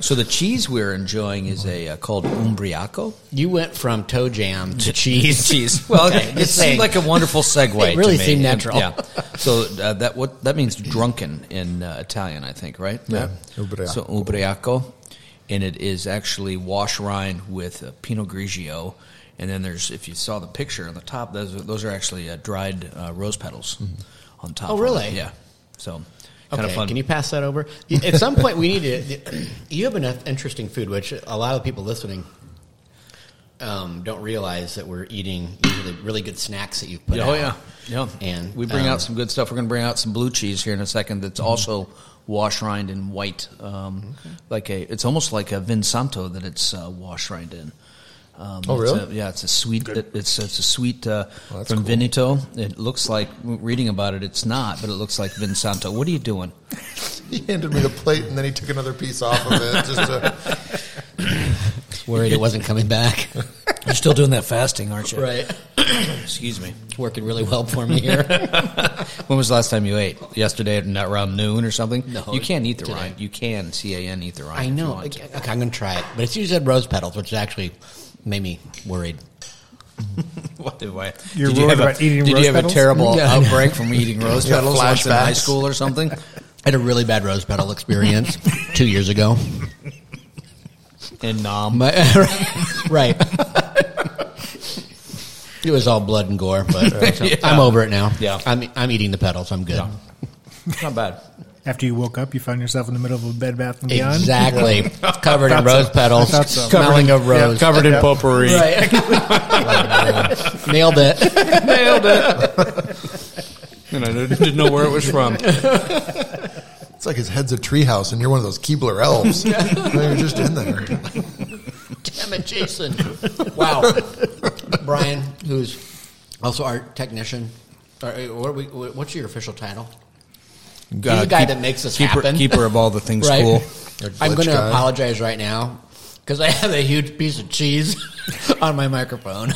Speaker 4: So the cheese we're enjoying is a uh, called Umbriaco.
Speaker 6: You went from toe
Speaker 4: (laughs)
Speaker 6: jam to cheese.
Speaker 4: cheese. Well,
Speaker 6: (laughs) Okay,
Speaker 4: it
Speaker 6: just saying.
Speaker 4: seemed like a wonderful segue.
Speaker 6: (laughs) It really
Speaker 4: to me.
Speaker 6: seemed natural.
Speaker 4: Yeah. So uh, that what that means drunken in uh, Italian, I think, right?
Speaker 1: Yeah. Ubriaco.
Speaker 4: So ubriaco, and it is actually wash rind with uh, Pinot Grigio, and then there's if you saw the picture on the top, those are, those are actually uh, dried uh, rose petals on top.
Speaker 6: Oh,
Speaker 4: of it.
Speaker 6: really?
Speaker 4: Yeah. So kind
Speaker 6: Okay,
Speaker 4: of fun.
Speaker 6: can you pass that over? Y- At some point, we need to. You have enough interesting food, which a lot of people listening um, don't realize that we're eating usually really good snacks that you put.
Speaker 4: Yeah,
Speaker 6: out.
Speaker 4: oh yeah, yeah.
Speaker 6: And,
Speaker 4: we bring
Speaker 6: um,
Speaker 4: out some good stuff. We're going to bring out some blue cheese here in a second. That's also wash rind in white, um, like a. It's almost like a Vin Santo that it's uh, wash rind in. Um,
Speaker 1: Oh,
Speaker 4: it's
Speaker 1: really?
Speaker 4: a- yeah, it's a sweet. It, it's it's a sweet uh,
Speaker 1: Oh, that's
Speaker 4: from
Speaker 1: cool.
Speaker 4: Veneto. It looks like reading about it. It's not, but it looks like Vin Santo. What are you doing?
Speaker 1: (laughs) He handed me the plate, and then he took another piece off of it. Just to, (laughs)
Speaker 6: (laughs) worried it wasn't
Speaker 4: (laughs)
Speaker 6: coming back.
Speaker 4: You're still doing that fasting, aren't you?
Speaker 6: right,
Speaker 4: Excuse me.
Speaker 6: it's working really well for me
Speaker 4: (laughs)
Speaker 6: here.
Speaker 4: When was the last time you ate? Yesterday at around noon or something?
Speaker 6: No,
Speaker 4: You can't eat the
Speaker 6: today.
Speaker 4: rind. You can, C-A-N, eat the rind. if
Speaker 6: I
Speaker 4: you
Speaker 6: know.
Speaker 4: want to.
Speaker 6: Okay, okay, I'm going to try it, but it's usually said rose petals, which actually made me worried.
Speaker 4: (laughs) What did I?
Speaker 5: You're
Speaker 4: did you
Speaker 5: worried
Speaker 4: have,
Speaker 5: about
Speaker 4: a,
Speaker 5: eating
Speaker 4: did
Speaker 5: rose
Speaker 4: you have
Speaker 5: petals?
Speaker 4: a terrible
Speaker 6: Yeah.
Speaker 4: outbreak (laughs) from eating rose
Speaker 1: You got
Speaker 4: petals once in high
Speaker 1: flashbacks?
Speaker 4: school or (laughs) something?
Speaker 6: I had a really bad rose
Speaker 4: (laughs)
Speaker 6: petal experience two years ago.
Speaker 4: And nom.
Speaker 6: My, right. (laughs) it was all blood and gore, but
Speaker 4: Yeah.
Speaker 6: I'm over it now.
Speaker 4: Yeah.
Speaker 6: I'm, I'm eating the petals. I'm good.
Speaker 4: (laughs) Not bad.
Speaker 5: (laughs) After you woke up, you found yourself in the middle of a Bed Bath and Beyond.
Speaker 6: Exactly.
Speaker 4: (laughs)
Speaker 6: It's covered in
Speaker 5: I thought so.
Speaker 6: rose petals,
Speaker 5: I thought so.
Speaker 6: smelling of rose.
Speaker 7: covered in potpourri.
Speaker 6: Right. Nailed it.
Speaker 4: Nailed it. (laughs) and I didn't, didn't know where it was from.
Speaker 1: It's like his head's a treehouse, and you're one of those Keebler elves. No, (laughs) you're just in there.
Speaker 6: Damn it, Jason. (laughs) Wow. Brian, who's also our technician. All right, What are we, what's your official title? You're the guy that makes this
Speaker 4: Uh, keeper,
Speaker 6: happen.
Speaker 4: Keeper of all the things
Speaker 6: Right.
Speaker 4: cool.
Speaker 6: I'm going to
Speaker 1: guy.
Speaker 6: apologize right now because I have a huge piece of cheese (laughs) on
Speaker 5: (laughs)
Speaker 6: my microphone.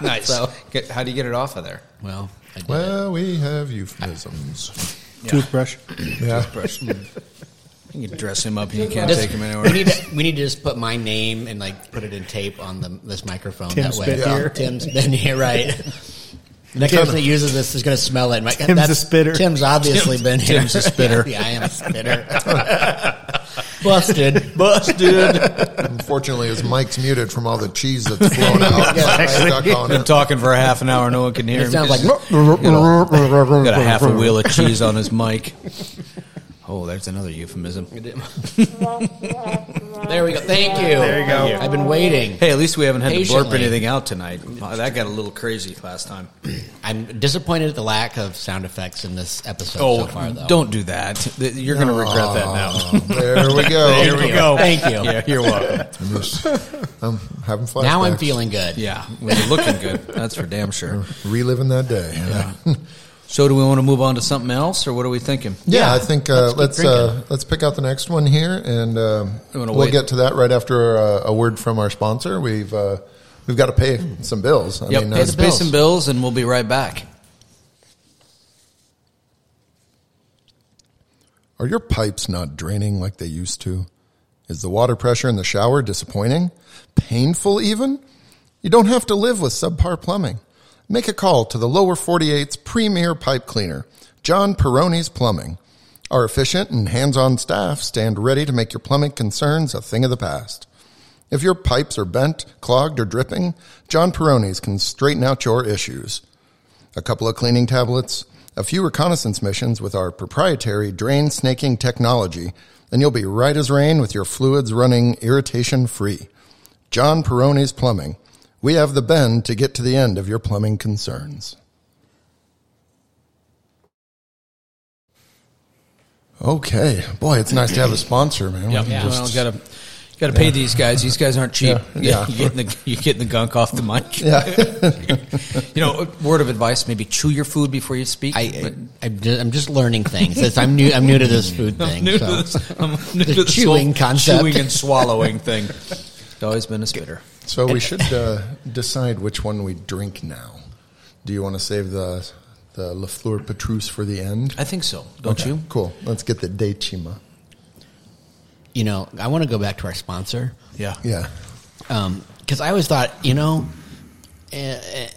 Speaker 4: nice.
Speaker 6: So-
Speaker 4: Get, how do you get it off of there?
Speaker 6: Well, I did it.
Speaker 1: Well, we have euphemisms.
Speaker 5: Toothbrush.
Speaker 1: Yeah.
Speaker 4: (laughs) You can dress him up and you can't
Speaker 6: Just-
Speaker 4: take him
Speaker 6: We
Speaker 4: anywhere. (laughs)
Speaker 6: need to we need to just put my name and like put it in tape on the this microphone
Speaker 5: Tim's
Speaker 6: that way.
Speaker 5: been here.
Speaker 6: Tim's been here,
Speaker 4: (laughs)
Speaker 6: right? The next person that uses this is going to smell it. Like,
Speaker 5: Tim's a
Speaker 6: that's-
Speaker 5: spitter.
Speaker 6: Tim's obviously been here. Tim's a spitter. (laughs) yeah, I am a spitter. (laughs) Busted. Busted.
Speaker 1: Unfortunately, his mic's muted from all the cheese that's
Speaker 6: (laughs)
Speaker 1: blown out.
Speaker 5: Exactly.
Speaker 1: Stuck on
Speaker 4: Been
Speaker 1: it.
Speaker 4: talking for a half an hour, no one can hear
Speaker 6: It
Speaker 4: him.
Speaker 6: sounds like
Speaker 4: (laughs) Got a half a wheel of cheese (laughs) on his mic. Oh, there's another euphemism.
Speaker 6: There we go. Thank you. There
Speaker 5: you go. Thank you.
Speaker 6: I've been waiting.
Speaker 4: Hey, at least we haven't had to blurp
Speaker 6: Patiently.
Speaker 4: anything out tonight. Wow, that got a little crazy last time.
Speaker 6: I'm disappointed at the lack of sound effects in this episode so far, though.
Speaker 4: Oh, don't do that. Th- You're going to regret that now.
Speaker 1: Ah, There we
Speaker 6: (laughs)
Speaker 1: go.
Speaker 6: Thank you. Thank (laughs) you.
Speaker 4: Yeah, you're welcome.
Speaker 1: I'm, just- I'm having flashbacks.
Speaker 6: Now I'm feeling good.
Speaker 4: Yeah, well, you're looking good. That's for damn sure.
Speaker 1: reliving that day. Yeah,
Speaker 4: So, do we want to move on to something else, or what are we thinking?
Speaker 1: I think uh, let's
Speaker 6: keep
Speaker 1: uh, let's pick out the next one here, and uh,
Speaker 4: You wanna
Speaker 1: we'll
Speaker 4: wait?
Speaker 1: get to that right after uh, a word from our sponsor. We've uh, we've got to pay some bills. I
Speaker 4: Yep,
Speaker 1: mean,
Speaker 4: pay
Speaker 1: uh,
Speaker 4: the bills. and bills, and we'll be right back.
Speaker 1: Are your pipes not draining like they used to? Is the water pressure in the shower disappointing? Painful even? You don't have to live with subpar plumbing. Make a call to the Lower 48's premier pipe cleaner, John Peroni's Plumbing. Our efficient and hands-on staff stand ready to make your plumbing concerns a thing of the past. If your pipes are bent, clogged, or dripping, John Peroni's can straighten out your issues a couple of cleaning tablets, a few reconnaissance missions with our proprietary drain snaking technology, and you'll be right as rain with your fluids running irritation free. John Peroni's Plumbing. We have the bend to get to the end of your plumbing concerns. Okay, boy, it's nice to have a sponsor, man.
Speaker 4: Yep.
Speaker 1: Yeah.
Speaker 4: Well, gotta gotta pay these guys. These guys aren't cheap.
Speaker 1: Yeah.
Speaker 4: Yeah,
Speaker 1: Yeah.
Speaker 4: You're, getting the, you're getting the gunk off the mic. (laughs) you know, a word of advice: maybe chew your food before you speak.
Speaker 6: I, I, I'm ju- I'm just learning things. It's- I'm new. I'm new to this food
Speaker 4: (laughs)
Speaker 6: thing.
Speaker 4: new
Speaker 6: so.
Speaker 4: to this, I'm new
Speaker 6: The
Speaker 4: to this
Speaker 6: chewing
Speaker 4: whole
Speaker 6: concept.
Speaker 4: chewing and swallowing thing. It's always been a spitter.
Speaker 1: So we should uh, decide which one we drink now. Do you want to save the the Lafleur Petrus for the end?
Speaker 4: I think so. Don't
Speaker 1: Okay,
Speaker 4: you?
Speaker 1: Cool. Let's get the Dechima.
Speaker 6: You know, I want to go back to our sponsor
Speaker 4: Yeah.
Speaker 1: Yeah. (laughs)
Speaker 6: because I always thought, you know, eh, eh,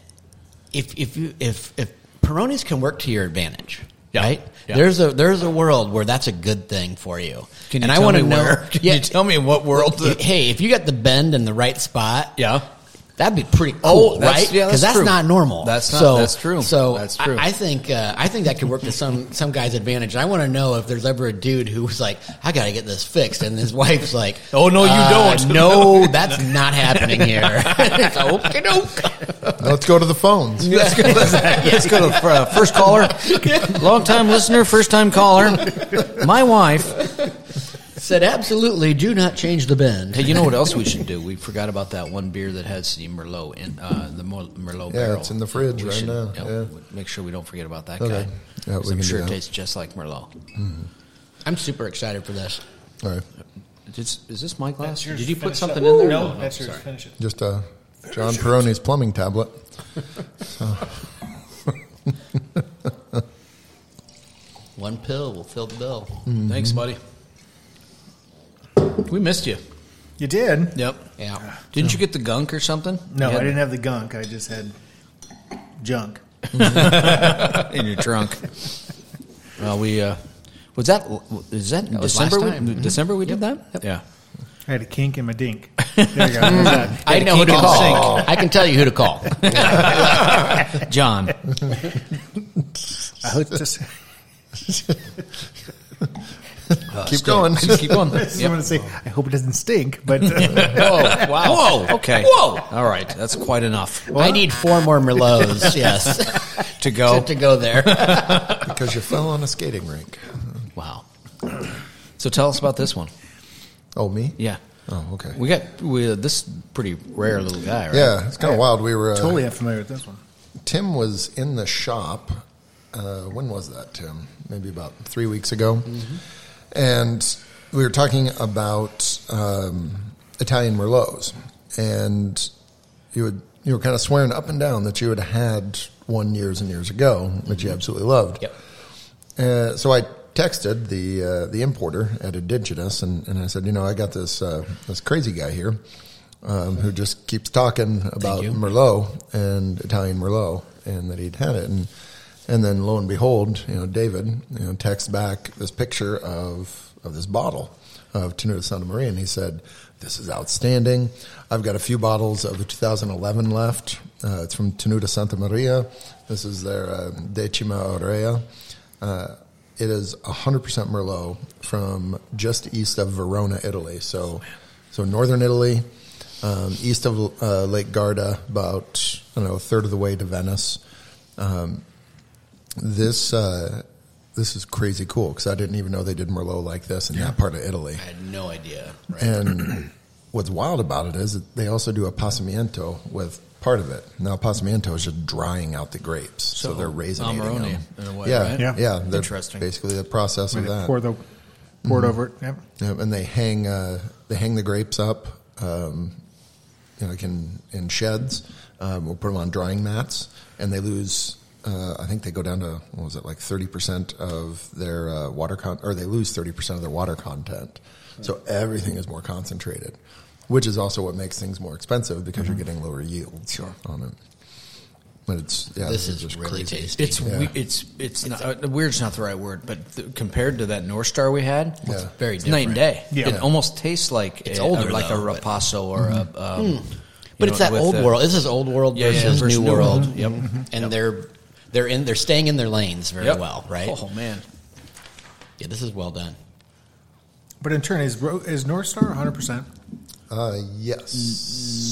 Speaker 6: if if you if if Peronis can work to your advantage,
Speaker 4: Yeah.
Speaker 6: right?
Speaker 4: Yeah.
Speaker 6: There's a there's a world where that's a good thing for you.
Speaker 4: Can you
Speaker 6: and I
Speaker 4: tell
Speaker 6: want
Speaker 4: me
Speaker 6: to know.
Speaker 4: where? (laughs) Can
Speaker 6: yeah,
Speaker 4: you tell me in what world? the-
Speaker 6: hey, if you got the bend in the right spot,
Speaker 4: yeah.
Speaker 6: That'd be pretty cool,
Speaker 4: Oh, that's-
Speaker 6: right?
Speaker 4: yeah, that's
Speaker 6: that's
Speaker 4: true.
Speaker 6: not normal.
Speaker 4: That's not-
Speaker 6: so,
Speaker 4: that's true.
Speaker 6: So
Speaker 4: That's true.
Speaker 6: I, I think uh, I think that could work to some some guy's advantage. I want to know if there's ever a dude who was like, "I got to get this fixed," and his (laughs) wife's like,
Speaker 4: Oh, no, you
Speaker 6: "Uh,
Speaker 4: don't." (laughs)
Speaker 6: No, that's not happening here." (laughs) it's okay,
Speaker 1: Let's go to the phones.
Speaker 4: (laughs) Let's go, let's,
Speaker 6: (laughs)
Speaker 4: let's go to the fir- uh, first (laughs) caller. Long time listener, first time caller. My wife.
Speaker 6: Said absolutely, do not change the bend.
Speaker 4: Hey, you know what else we should do? We forgot about that one beer that has the Merlot in uh, the Mer- Merlot
Speaker 1: Yeah,
Speaker 4: barrel.
Speaker 1: it's in the fridge
Speaker 4: We
Speaker 1: right now,
Speaker 4: yeah,
Speaker 1: yeah.
Speaker 4: Make sure we don't forget about that
Speaker 1: Okay.
Speaker 4: guy.
Speaker 1: Yeah, we
Speaker 4: 'Cause
Speaker 1: can
Speaker 4: I'm
Speaker 1: do
Speaker 4: sure it
Speaker 1: that. Mm-hmm.
Speaker 4: tastes just like Merlot.
Speaker 6: I'm super excited for this.
Speaker 1: All right.
Speaker 4: Is, is this my glass?
Speaker 5: That's yours.
Speaker 4: Did you put
Speaker 5: Finish
Speaker 4: something
Speaker 5: that.
Speaker 4: in there? Oh,
Speaker 5: No, that's yours. Finish it.
Speaker 1: Just uh, John Peroni's plumbing tablet.
Speaker 6: One pill will fill the bill.
Speaker 4: Thanks,
Speaker 6: Mm-hmm.
Speaker 4: buddy. We missed you.
Speaker 5: You did?
Speaker 4: Yep.
Speaker 6: Yeah,
Speaker 4: Didn't you get the gunk or something?
Speaker 5: No,
Speaker 4: You
Speaker 5: I
Speaker 4: had-
Speaker 5: didn't have the gunk. I just had junk.
Speaker 4: in your
Speaker 6: (laughs)
Speaker 4: trunk. well, we uh, was that is that, in
Speaker 6: was last
Speaker 4: December? We,
Speaker 6: time. Mhm.
Speaker 4: December we did that. Yeah.
Speaker 5: I had a kink in my dink.
Speaker 4: (laughs)
Speaker 5: There you go. How's that?
Speaker 6: I
Speaker 4: to
Speaker 6: know who
Speaker 4: keep
Speaker 6: to
Speaker 4: in
Speaker 6: call. (laughs) I can tell you who
Speaker 4: (laughs)
Speaker 6: to call.
Speaker 4: John.
Speaker 5: I hope this. (laughs)
Speaker 1: Keep going.
Speaker 4: Keep going.
Speaker 6: (laughs)
Speaker 5: I want to say, I hope it doesn't stink,
Speaker 4: (laughs)
Speaker 5: but uh, (laughs)
Speaker 4: Whoa! Wow! Whoa! Okay.
Speaker 6: Whoa.
Speaker 4: All right. That's quite enough (laughs)
Speaker 6: I need four more Merlots. (laughs) Yes.
Speaker 4: to go.
Speaker 6: to go there.
Speaker 1: because you fell on a skating rink.
Speaker 4: Wow. So tell us about this one.
Speaker 1: Oh, me?
Speaker 4: Yeah.
Speaker 1: Oh, okay.
Speaker 4: We got we, uh, this pretty rare little guy. Right?
Speaker 1: yeah, it's kind of wild. We were uh,
Speaker 5: totally unfamiliar with this one.
Speaker 1: Tim was in the shop. Uh, when was that, Tim? Maybe about three weeks ago. And we were talking about um, Italian Merlots, and you would you were kind of swearing up and down that you had had one years and years ago, which you absolutely loved.
Speaker 6: Yep.
Speaker 1: Uh, so I texted the uh, the importer at Indigenous, and, and I said, you know, I got this uh, this crazy guy here um, who just keeps talking about
Speaker 6: you.
Speaker 1: Merlot and Italian Merlot, and that he'd had it, and and then lo and behold, you know, David, you know, texts back this picture of of this bottle of Tenuta Santa Maria, and he said. This is outstanding. I've got a few bottles of the 2011 left. Uh, it's from Tenuta Santa Maria. This is their uh, Decima Aurea. Uh, it is 100% Merlot from just east of Verona, Italy. So So northern Italy, um, east of uh, Lake Garda, about I don't know a third of the way to Venice. Um, this uh, this is crazy cool because I didn't even know they did Merlot like this in that part of Italy.
Speaker 6: I had no idea. Right.
Speaker 1: And what's wild about it is that they also do a passamiento with part of it. Now, passamiento is just drying out the grapes, so,
Speaker 4: So,
Speaker 1: they're raising
Speaker 4: Amarone
Speaker 1: them
Speaker 4: in a way,
Speaker 1: Yeah,
Speaker 4: right?
Speaker 1: yeah,
Speaker 5: Yeah.
Speaker 1: they're
Speaker 4: Interesting.
Speaker 1: Basically, the process of
Speaker 5: When they
Speaker 1: that.
Speaker 5: pour the pour
Speaker 4: Mm-hmm.
Speaker 5: it over it. Yep.
Speaker 1: Yep, Um, and they hang uh, they hang the grapes up, um, you know, like in in sheds. Um, we'll put them on drying mats, and they lose. Uh, I think they go down to what was it like thirty percent of their uh, water con, or they lose thirty percent of their water content. So everything is more concentrated, which is also what makes things more expensive because
Speaker 4: Mm-hmm.
Speaker 1: you're getting lower yields on it. But it's yeah,
Speaker 6: This is
Speaker 1: just
Speaker 6: really
Speaker 1: crazy.
Speaker 6: tasty.
Speaker 4: It's we, it's it's not uh, weird's not the right word, but th- compared to that North Star we had,
Speaker 1: Yeah.
Speaker 6: very
Speaker 4: it's night and day.
Speaker 5: Yeah.
Speaker 4: It almost tastes like
Speaker 6: It's
Speaker 4: a,
Speaker 6: older,
Speaker 4: like
Speaker 6: though,
Speaker 4: a
Speaker 6: but- Mm-hmm. Mm.
Speaker 4: Rapasso or a. Um, you
Speaker 6: But
Speaker 4: know,
Speaker 6: it's that
Speaker 4: with
Speaker 6: old
Speaker 4: the-
Speaker 6: world. This is old world
Speaker 4: Yeah, yeah,
Speaker 6: versus,
Speaker 4: versus
Speaker 6: new
Speaker 4: new
Speaker 6: world. Mm-hmm.
Speaker 4: world. Yep.
Speaker 6: And they're they're in they're staying in their lanes very
Speaker 4: Yep.
Speaker 6: well, right?
Speaker 4: Oh man,
Speaker 6: Yeah, this is well done.
Speaker 5: But in turn, is Ro- is North Star 100? percent
Speaker 1: Uh, yes.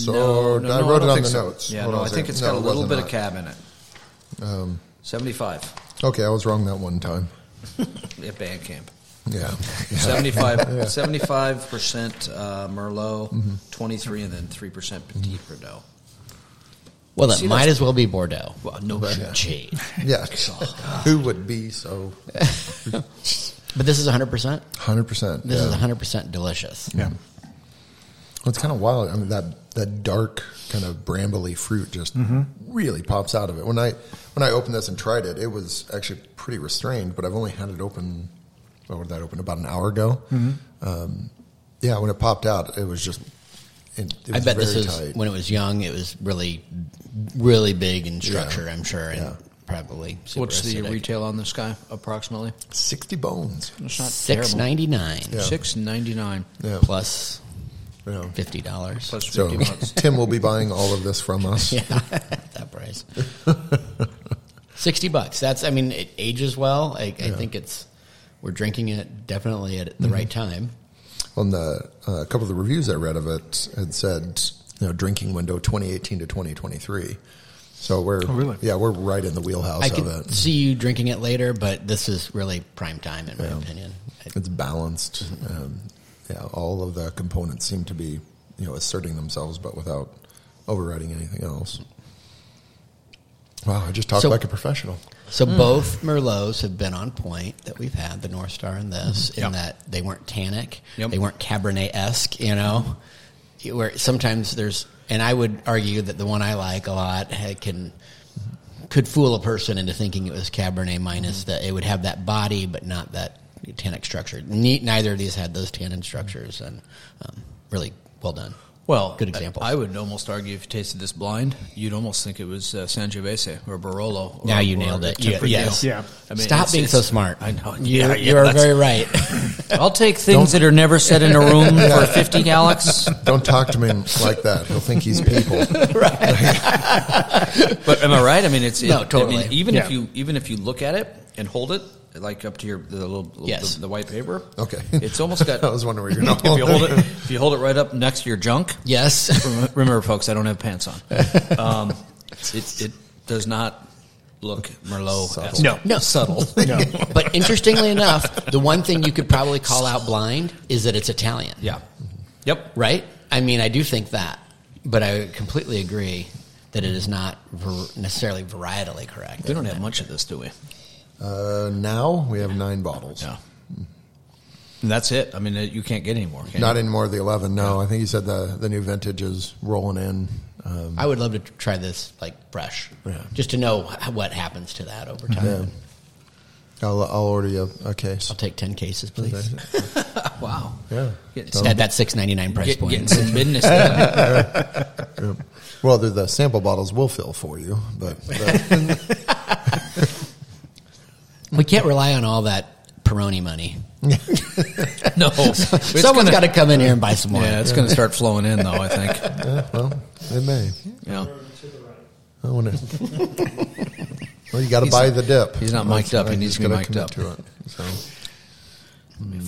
Speaker 1: So
Speaker 4: No, no,
Speaker 1: I
Speaker 4: no,
Speaker 1: wrote
Speaker 4: don't
Speaker 1: it on
Speaker 4: think
Speaker 1: the
Speaker 4: so.
Speaker 1: notes.
Speaker 4: Yeah,
Speaker 1: Hold
Speaker 4: no,
Speaker 1: on
Speaker 4: I
Speaker 1: a
Speaker 4: think
Speaker 1: second.
Speaker 4: it's
Speaker 1: No,
Speaker 4: got a
Speaker 1: it
Speaker 4: little
Speaker 1: wasn't Um,
Speaker 4: bit
Speaker 1: that.
Speaker 4: of cab in it. Seventy-five
Speaker 1: Okay, I was wrong that one time.
Speaker 4: at Bandcamp.
Speaker 1: Yeah. (laughs)
Speaker 4: 75 percent uh, Merlot, three, and then three percent Petit Verdot.
Speaker 6: Well, that
Speaker 4: See,
Speaker 6: might
Speaker 4: that's-
Speaker 6: as well be Bordeaux.
Speaker 4: Well, no
Speaker 1: yeah.
Speaker 6: Gee.
Speaker 1: yeah.
Speaker 6: Oh,
Speaker 1: Who would be
Speaker 6: (laughs)
Speaker 1: so
Speaker 6: But this is 100%.
Speaker 1: 100%?
Speaker 6: This
Speaker 1: yeah.
Speaker 6: is 100% delicious.
Speaker 5: Yeah.
Speaker 1: Well, it's kind of wild. I mean, that, that dark kind of brambly fruit just really pops out of it. When I when I opened this and tried it, it was actually pretty restrained, but I've only had it open, what would that open, about an hour ago. Um, yeah, when it popped out, it was just, it, it was
Speaker 6: I bet
Speaker 1: very
Speaker 6: this is
Speaker 1: tight.
Speaker 6: when it was young, it was really, really big in structure, I'm sure, and
Speaker 1: Yeah.
Speaker 6: probably. super
Speaker 4: What's the
Speaker 6: acidic.
Speaker 4: retail on this guy approximately?
Speaker 1: 60 bones.
Speaker 6: Mm-hmm.
Speaker 4: It's not
Speaker 6: Six
Speaker 4: terrible.
Speaker 6: ninety nine
Speaker 1: Yeah.
Speaker 4: Six ninety nine
Speaker 1: Yeah.
Speaker 6: plus
Speaker 1: yeah.
Speaker 6: fifty dollars.
Speaker 4: plus
Speaker 1: So
Speaker 4: fifty
Speaker 1: (laughs)
Speaker 4: bucks.
Speaker 1: Tim will be buying all of this from
Speaker 4: (laughs)
Speaker 1: us.
Speaker 6: (laughs) Yeah, at
Speaker 1: (laughs)
Speaker 6: that price. Sixty bucks. That's. I mean, it ages well. I, I think it's. We're drinking it definitely at the
Speaker 1: Mm-hmm.
Speaker 6: right time.
Speaker 1: on the uh, a couple of the reviews I read of it had said you know drinking window 2018 to 2023. So we're
Speaker 5: Oh, really?
Speaker 1: yeah we're right in the wheelhouse
Speaker 6: I
Speaker 1: of
Speaker 6: could
Speaker 1: it.
Speaker 6: see you drinking it later, but this is really prime time in my opinion. I-
Speaker 1: It's balanced.
Speaker 4: Mm-hmm.
Speaker 1: Um, yeah, all of the components seem to be you know asserting themselves, but without overriding anything else. Wow, I just talked
Speaker 6: So-
Speaker 1: like a professional.
Speaker 6: So both Merlots have been on point that we've had the North Star and this, in that they weren't tannic,
Speaker 4: Yep.
Speaker 6: they weren't Cabernet esque. You know, You- where sometimes there's, and I would argue that the one I like a lot had- can could fool a person into thinking it was Cabernet minus that it would have that body but not that tannic structure. Ne- neither of these had those tannin structures, and um, really well done.
Speaker 4: (laughs) Well,
Speaker 6: Good example.
Speaker 4: I, I would almost argue if you tasted this blind, you'd almost think it was uh, Sangiovese or Barolo. Or,
Speaker 6: Now you
Speaker 4: or
Speaker 6: nailed
Speaker 4: a
Speaker 6: it. Yeah,
Speaker 4: Tempranillo.
Speaker 6: yes.
Speaker 5: Yeah.
Speaker 4: I mean,
Speaker 6: Stop
Speaker 4: it's-
Speaker 6: being
Speaker 4: it's-
Speaker 6: so smart.
Speaker 4: I know.
Speaker 6: You,
Speaker 4: Yeah,
Speaker 6: you
Speaker 4: yeah,
Speaker 6: are
Speaker 4: that's-
Speaker 6: very right. (laughs)
Speaker 7: I'll take things that are never said in a room for 50, Alex.
Speaker 1: Don't talk to me like that. He'll think he's
Speaker 4: (laughs)
Speaker 1: people.
Speaker 4: But am I right? I mean, it's
Speaker 6: No,
Speaker 4: I mean,
Speaker 6: totally.
Speaker 4: even if
Speaker 5: Yeah.
Speaker 4: you even if you look at it and hold it like up to your the little, little-
Speaker 6: Yes.
Speaker 4: the, the white paper.
Speaker 1: Okay.
Speaker 4: it's
Speaker 1: (laughs)
Speaker 4: almost got.
Speaker 1: I was wondering where you're going.
Speaker 4: if you hold
Speaker 1: (laughs)
Speaker 4: it, if you hold it right up next to your junk.
Speaker 6: yes.
Speaker 4: Rem- Remember, folks, I don't have pants on. Um, it it does not look Merlot. at all.
Speaker 5: No.
Speaker 6: No.
Speaker 4: subtle.
Speaker 5: (laughs) No.
Speaker 6: But interestingly enough, the one thing you could probably call out blind is that it's Italian.
Speaker 4: Yeah. Yep.
Speaker 6: Right? I mean, I do think that, but I completely agree that it is not ver- necessarily varietally correct.
Speaker 4: We don't have much of this, do we?
Speaker 1: Uh, now we have nine bottles.
Speaker 4: No. And that's it. I mean, uh, you can't get any more. Can
Speaker 1: Not
Speaker 4: you?
Speaker 1: anymore. The eleven. No, I think you said the the new vintage is rolling in. Um,
Speaker 6: I would love to try this like fresh,
Speaker 1: Yeah.
Speaker 6: just to know h- what happens to that over time.
Speaker 1: Yeah. I'll, I'll order you a case.
Speaker 6: I'll take ten cases, please.
Speaker 4: wow.
Speaker 1: Yeah.
Speaker 4: Getting,
Speaker 6: At that six ninety nine price
Speaker 4: get,
Speaker 6: point.
Speaker 4: getting some business. done.
Speaker 1: Well, the, the sample bottles will fill for you, but
Speaker 4: (laughs)
Speaker 1: the-
Speaker 6: We can't rely on all that Peroni money.
Speaker 4: no, (laughs) It's
Speaker 6: Someone's
Speaker 4: gonna-
Speaker 6: got to come in here and buy some more.
Speaker 4: Yeah, it's going to start flowing in, though. I think.
Speaker 1: yeah, well, it may.
Speaker 4: Yeah.
Speaker 1: I
Speaker 4: (laughs)
Speaker 1: want to. Well, you got to buy the dip.
Speaker 4: he's not mic'd up. He
Speaker 1: I
Speaker 4: needs
Speaker 1: just
Speaker 4: to be
Speaker 1: gotta
Speaker 4: mic'd
Speaker 1: commit
Speaker 4: up.
Speaker 1: to it. So,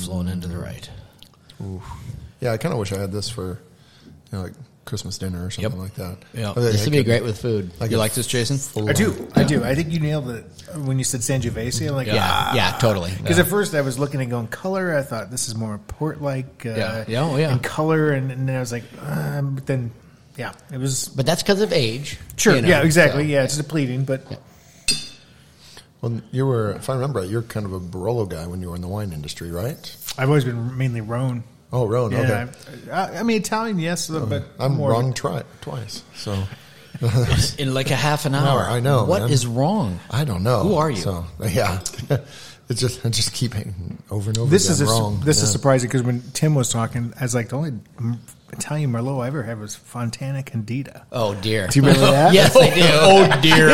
Speaker 4: Flowing into the right.
Speaker 1: Yeah, I kind of wish I had this for you know, like Christmas dinner or something like that.
Speaker 4: Oh, Yeah.
Speaker 1: I think
Speaker 6: This
Speaker 1: I
Speaker 6: would be
Speaker 1: could-
Speaker 6: great with food.
Speaker 1: I
Speaker 4: You
Speaker 1: could
Speaker 4: like this, Jason?
Speaker 1: full
Speaker 5: I do.
Speaker 1: on-
Speaker 5: I do. I think you nailed it when you said Sangiovese. I'm like,
Speaker 4: Yeah.
Speaker 5: ah.
Speaker 6: Yeah, totally.
Speaker 5: Because at first I was looking at going color. I thought this is more port like. Uh,
Speaker 4: Yeah. Yeah, oh, yeah.
Speaker 5: And color, and, and then I was like, uh, but then, yeah, it was
Speaker 6: But that's because of age.
Speaker 5: sure.
Speaker 6: you know,
Speaker 5: yeah, exactly.
Speaker 6: so.
Speaker 5: yeah, it's depleting, but
Speaker 1: Well, you were, if I remember right, you're kind of a Barolo guy when you were in the wine industry, right?
Speaker 5: I've always been mainly Rhone.
Speaker 1: Oh, Roan.
Speaker 5: Yeah,
Speaker 1: okay.
Speaker 5: I, I mean Italian, yes, but
Speaker 1: I'm
Speaker 5: more-
Speaker 1: wrong tri- twice. So
Speaker 4: In like a half an hour.
Speaker 1: I know,
Speaker 4: What is
Speaker 1: man.
Speaker 4: wrong?
Speaker 1: I don't know.
Speaker 4: Who are you?
Speaker 1: So (laughs) yeah, it's just I just keep hitting over and over.
Speaker 5: This
Speaker 1: again
Speaker 5: is a, su-
Speaker 1: wrong.
Speaker 5: this is
Speaker 1: Yeah.
Speaker 5: surprising because when Tim was talking, I was like, the only mm, Italian Merlot I ever had was Fontana Candida.
Speaker 6: Oh dear.
Speaker 5: Do you
Speaker 6: (laughs)
Speaker 5: remember that?
Speaker 6: Yes, I do. oh dear.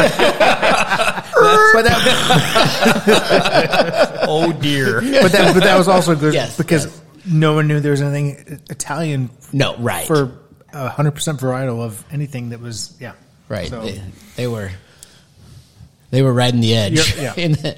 Speaker 5: but that,
Speaker 4: (laughs) Oh dear.
Speaker 5: but that, but that was also good
Speaker 6: Yes,
Speaker 5: because no one knew there was anything Italian
Speaker 6: No, right.
Speaker 5: for hundred percent varietal of anything that was yeah
Speaker 6: (laughs) right.
Speaker 5: So-
Speaker 6: They, they were they were riding the edge.
Speaker 5: Yeah, yeah.
Speaker 6: (laughs) In the-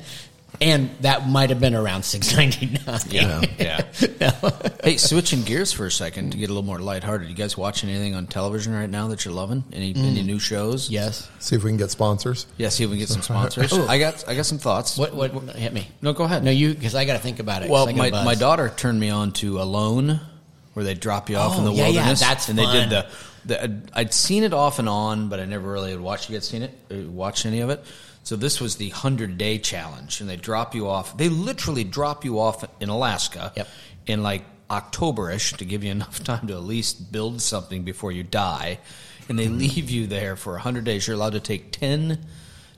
Speaker 6: and that might have been around 699. (laughs)
Speaker 4: Yeah. Yeah. Hey, switching gears for a second to get a little more lighthearted. You guys watching anything on television right now that you're loving? Any
Speaker 1: Mm.
Speaker 4: any new shows?
Speaker 6: Yes.
Speaker 1: See if we can get sponsors.
Speaker 4: Yeah, see if we can
Speaker 1: (laughs)
Speaker 4: get some sponsors. I got I got some thoughts.
Speaker 6: What what hit me?
Speaker 4: No, go ahead.
Speaker 6: No, you because I got to think about it. 'cause
Speaker 4: Well,
Speaker 6: I got
Speaker 4: my,
Speaker 6: buzzed.
Speaker 4: my daughter turned me on to Alone, where they drop you off in the
Speaker 6: Oh, yeah, yeah,
Speaker 4: wilderness.
Speaker 6: that's
Speaker 4: and they did
Speaker 6: fun.
Speaker 4: the. the I'd, I'd seen it off and on, but I never really had watched. You guys seen it? uh, Watched any of it? So this was the hundred day challenge, and they drop you off. They literally drop you off in Alaska.
Speaker 6: Yep.
Speaker 4: In like Octoberish to give you (laughs) enough time to at least build something before you die, and they
Speaker 6: Hmm.
Speaker 4: leave you there for hundred days. You're allowed to take 10,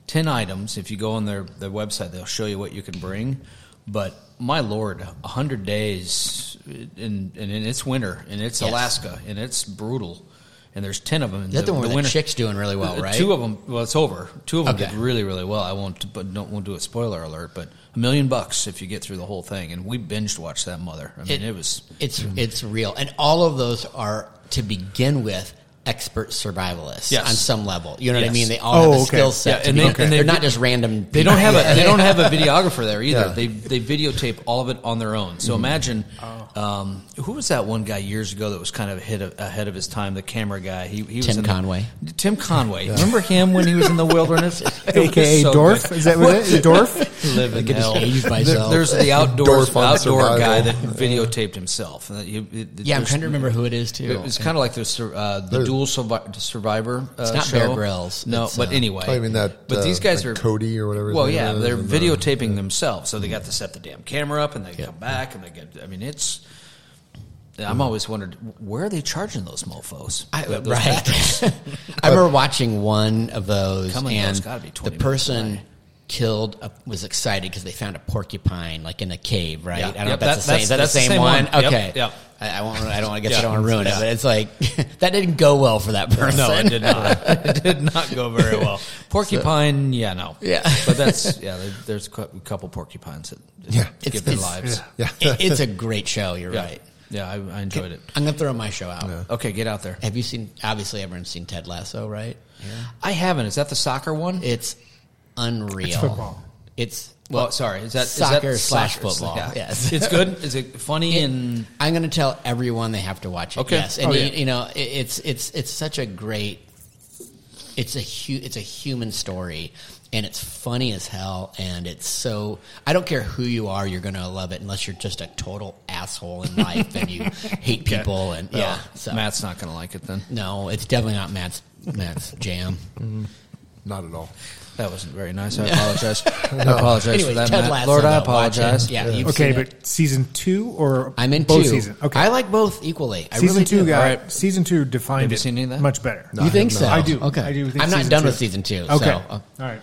Speaker 4: 10 items. If you go on their their website, they'll show you what you can bring. But my lord, hundred days, and and it's winter, and it's
Speaker 6: Yes.
Speaker 4: Alaska, and it's brutal, and there's ten of them.
Speaker 6: Is that the, one where the chick's doing really well, right?
Speaker 4: Uh, Two of them. Well, it's over. Two of them
Speaker 6: Okay.
Speaker 4: did really, really well. I won't, but don't won't do a spoiler alert. But a million bucks if you get through the whole thing, and we binged watched that mother. I mean, it,
Speaker 6: It-
Speaker 4: was
Speaker 6: It's it's real, and all of those are to begin with expert survivalists
Speaker 4: Yes.
Speaker 6: on some level. You know what
Speaker 4: Yes.
Speaker 6: I mean? They all
Speaker 5: Oh,
Speaker 6: have the
Speaker 5: okay.
Speaker 6: skill set,
Speaker 4: Yeah,
Speaker 6: to
Speaker 4: and
Speaker 6: be-
Speaker 4: they- Okay. and they-
Speaker 6: they're not just random.
Speaker 4: They don't have a they don't
Speaker 6: (laughs)
Speaker 4: have a videographer there either.
Speaker 1: Yeah.
Speaker 4: They they videotape all of it on their own.
Speaker 6: Mm.
Speaker 4: So imagine, um, who was that one guy years ago that was kind of ahead of, ahead of his time? The camera guy. He, he was
Speaker 6: Tim
Speaker 4: in the-
Speaker 6: Conway.
Speaker 4: Tim Conway. Remember him when he was in
Speaker 6: (laughs)
Speaker 4: the wilderness, It was
Speaker 5: aka
Speaker 4: so
Speaker 5: Dorf
Speaker 4: good.
Speaker 5: is that what it is
Speaker 4: (laughs)
Speaker 5: Dorf
Speaker 4: Living
Speaker 6: I just
Speaker 4: hell. (laughs)
Speaker 6: aged myself.
Speaker 4: There's the outdoors
Speaker 1: Dorf on
Speaker 4: outdoor guy
Speaker 1: survival.
Speaker 4: that videotaped himself. And that you- it-
Speaker 6: yeah, I'm
Speaker 4: there's-
Speaker 6: trying to remember who it is too.
Speaker 4: It was kind of like the sur- uh, the
Speaker 1: There's-
Speaker 4: dual survi- survivor. Uh,
Speaker 6: It's not
Speaker 4: show.
Speaker 6: Bear Grylls.
Speaker 4: No,
Speaker 6: It's,
Speaker 4: but
Speaker 6: uh,
Speaker 4: anyway,
Speaker 1: I mean that,
Speaker 4: But
Speaker 1: uh,
Speaker 4: these guys
Speaker 1: like
Speaker 4: are
Speaker 1: Cody or whatever his
Speaker 4: Well,
Speaker 1: name
Speaker 4: yeah,
Speaker 1: is,
Speaker 4: they're
Speaker 1: and, uh,
Speaker 4: videotaping themselves, so they got to set the damn camera up, and they come back, and they get. I mean, it's. I'm always wondered where are they charging those mofo's?
Speaker 6: I,
Speaker 4: Those bastards.
Speaker 6: right. (laughs) I remember watching one of those,
Speaker 4: Come on,
Speaker 6: and
Speaker 4: those gotta be 20
Speaker 6: the
Speaker 4: minutes
Speaker 6: person killed a, was excited because they found a porcupine like in a cave, right?
Speaker 4: Yeah.
Speaker 6: I don't know
Speaker 4: Yep,
Speaker 6: if that's,
Speaker 4: that-
Speaker 6: the same. Is that the
Speaker 4: that's-
Speaker 6: same,
Speaker 4: that's the
Speaker 6: one?
Speaker 4: same one. Yep,
Speaker 6: Okay.
Speaker 4: yep.
Speaker 6: I, I won't. I don't. I guess I
Speaker 4: Yeah.
Speaker 6: don't want to ruin
Speaker 4: Yeah.
Speaker 6: it, but it's like (laughs) that didn't go well for that
Speaker 4: (laughs)
Speaker 6: person.
Speaker 4: No, it did not. (laughs) it did not go very well. Porcupine, yeah, no,
Speaker 6: Yeah.
Speaker 4: but that's yeah. there- There's a cou- couple porcupines that
Speaker 1: Yeah.
Speaker 4: give
Speaker 6: (laughs) It's-
Speaker 4: their
Speaker 6: it's-
Speaker 4: lives.
Speaker 1: Yeah.
Speaker 6: (laughs) It- it's a great show. You're
Speaker 4: Yeah.
Speaker 6: right.
Speaker 4: Yeah, I, I enjoyed it.
Speaker 6: I'm gonna throw my show out.
Speaker 4: Okay, get out there.
Speaker 6: Have you seen? Obviously, everyone's seen Ted Lasso, right?
Speaker 4: I haven't. Is that the soccer one?
Speaker 6: It's unreal. It's
Speaker 5: football.
Speaker 6: It's
Speaker 4: well, sorry. Is that is that
Speaker 6: soccer slash
Speaker 4: soccer?
Speaker 6: football,
Speaker 4: Yeah.
Speaker 6: yes.
Speaker 4: it's
Speaker 6: (laughs)
Speaker 4: good. Is it funny and
Speaker 6: I'm going to tell everyone they have to watch it.
Speaker 4: Okay.
Speaker 6: Yes, and
Speaker 4: Oh,
Speaker 6: you,
Speaker 4: yeah.
Speaker 6: you know it, it's it's it's such a great. It's a hu- it's a human story, and it's funny as hell, and it's so I don't care who you are, you're going to love it unless you're just a total asshole in life
Speaker 4: (laughs)
Speaker 6: and you hate people and yeah. So
Speaker 4: Matt's not going to like it then.
Speaker 6: no, it's definitely not Matt's Matt's jam.
Speaker 1: Not at all.
Speaker 4: That wasn't very nice. (laughs) I apologize. I apologize for
Speaker 6: Anyways,
Speaker 4: that,
Speaker 6: Ted
Speaker 4: Matt.
Speaker 6: Lasso,
Speaker 4: Lord, I
Speaker 6: though, watch it.
Speaker 4: apologize.
Speaker 6: Yeah, you've
Speaker 5: okay
Speaker 6: seen it.
Speaker 5: but season two or
Speaker 6: I'm in
Speaker 5: both
Speaker 6: two.
Speaker 5: season okay
Speaker 6: I like both equally. I
Speaker 5: season
Speaker 6: really
Speaker 5: two
Speaker 6: do.
Speaker 5: got
Speaker 6: All right.
Speaker 5: season two defined
Speaker 4: Have you
Speaker 5: it
Speaker 4: seen any of that?
Speaker 5: much better
Speaker 6: you think
Speaker 1: have
Speaker 6: so?
Speaker 1: not.
Speaker 5: I do.
Speaker 6: Okay.
Speaker 5: I do think
Speaker 6: I'm not
Speaker 5: season
Speaker 6: done
Speaker 5: two.
Speaker 6: with season two.
Speaker 5: okay
Speaker 6: So, uh,
Speaker 5: all right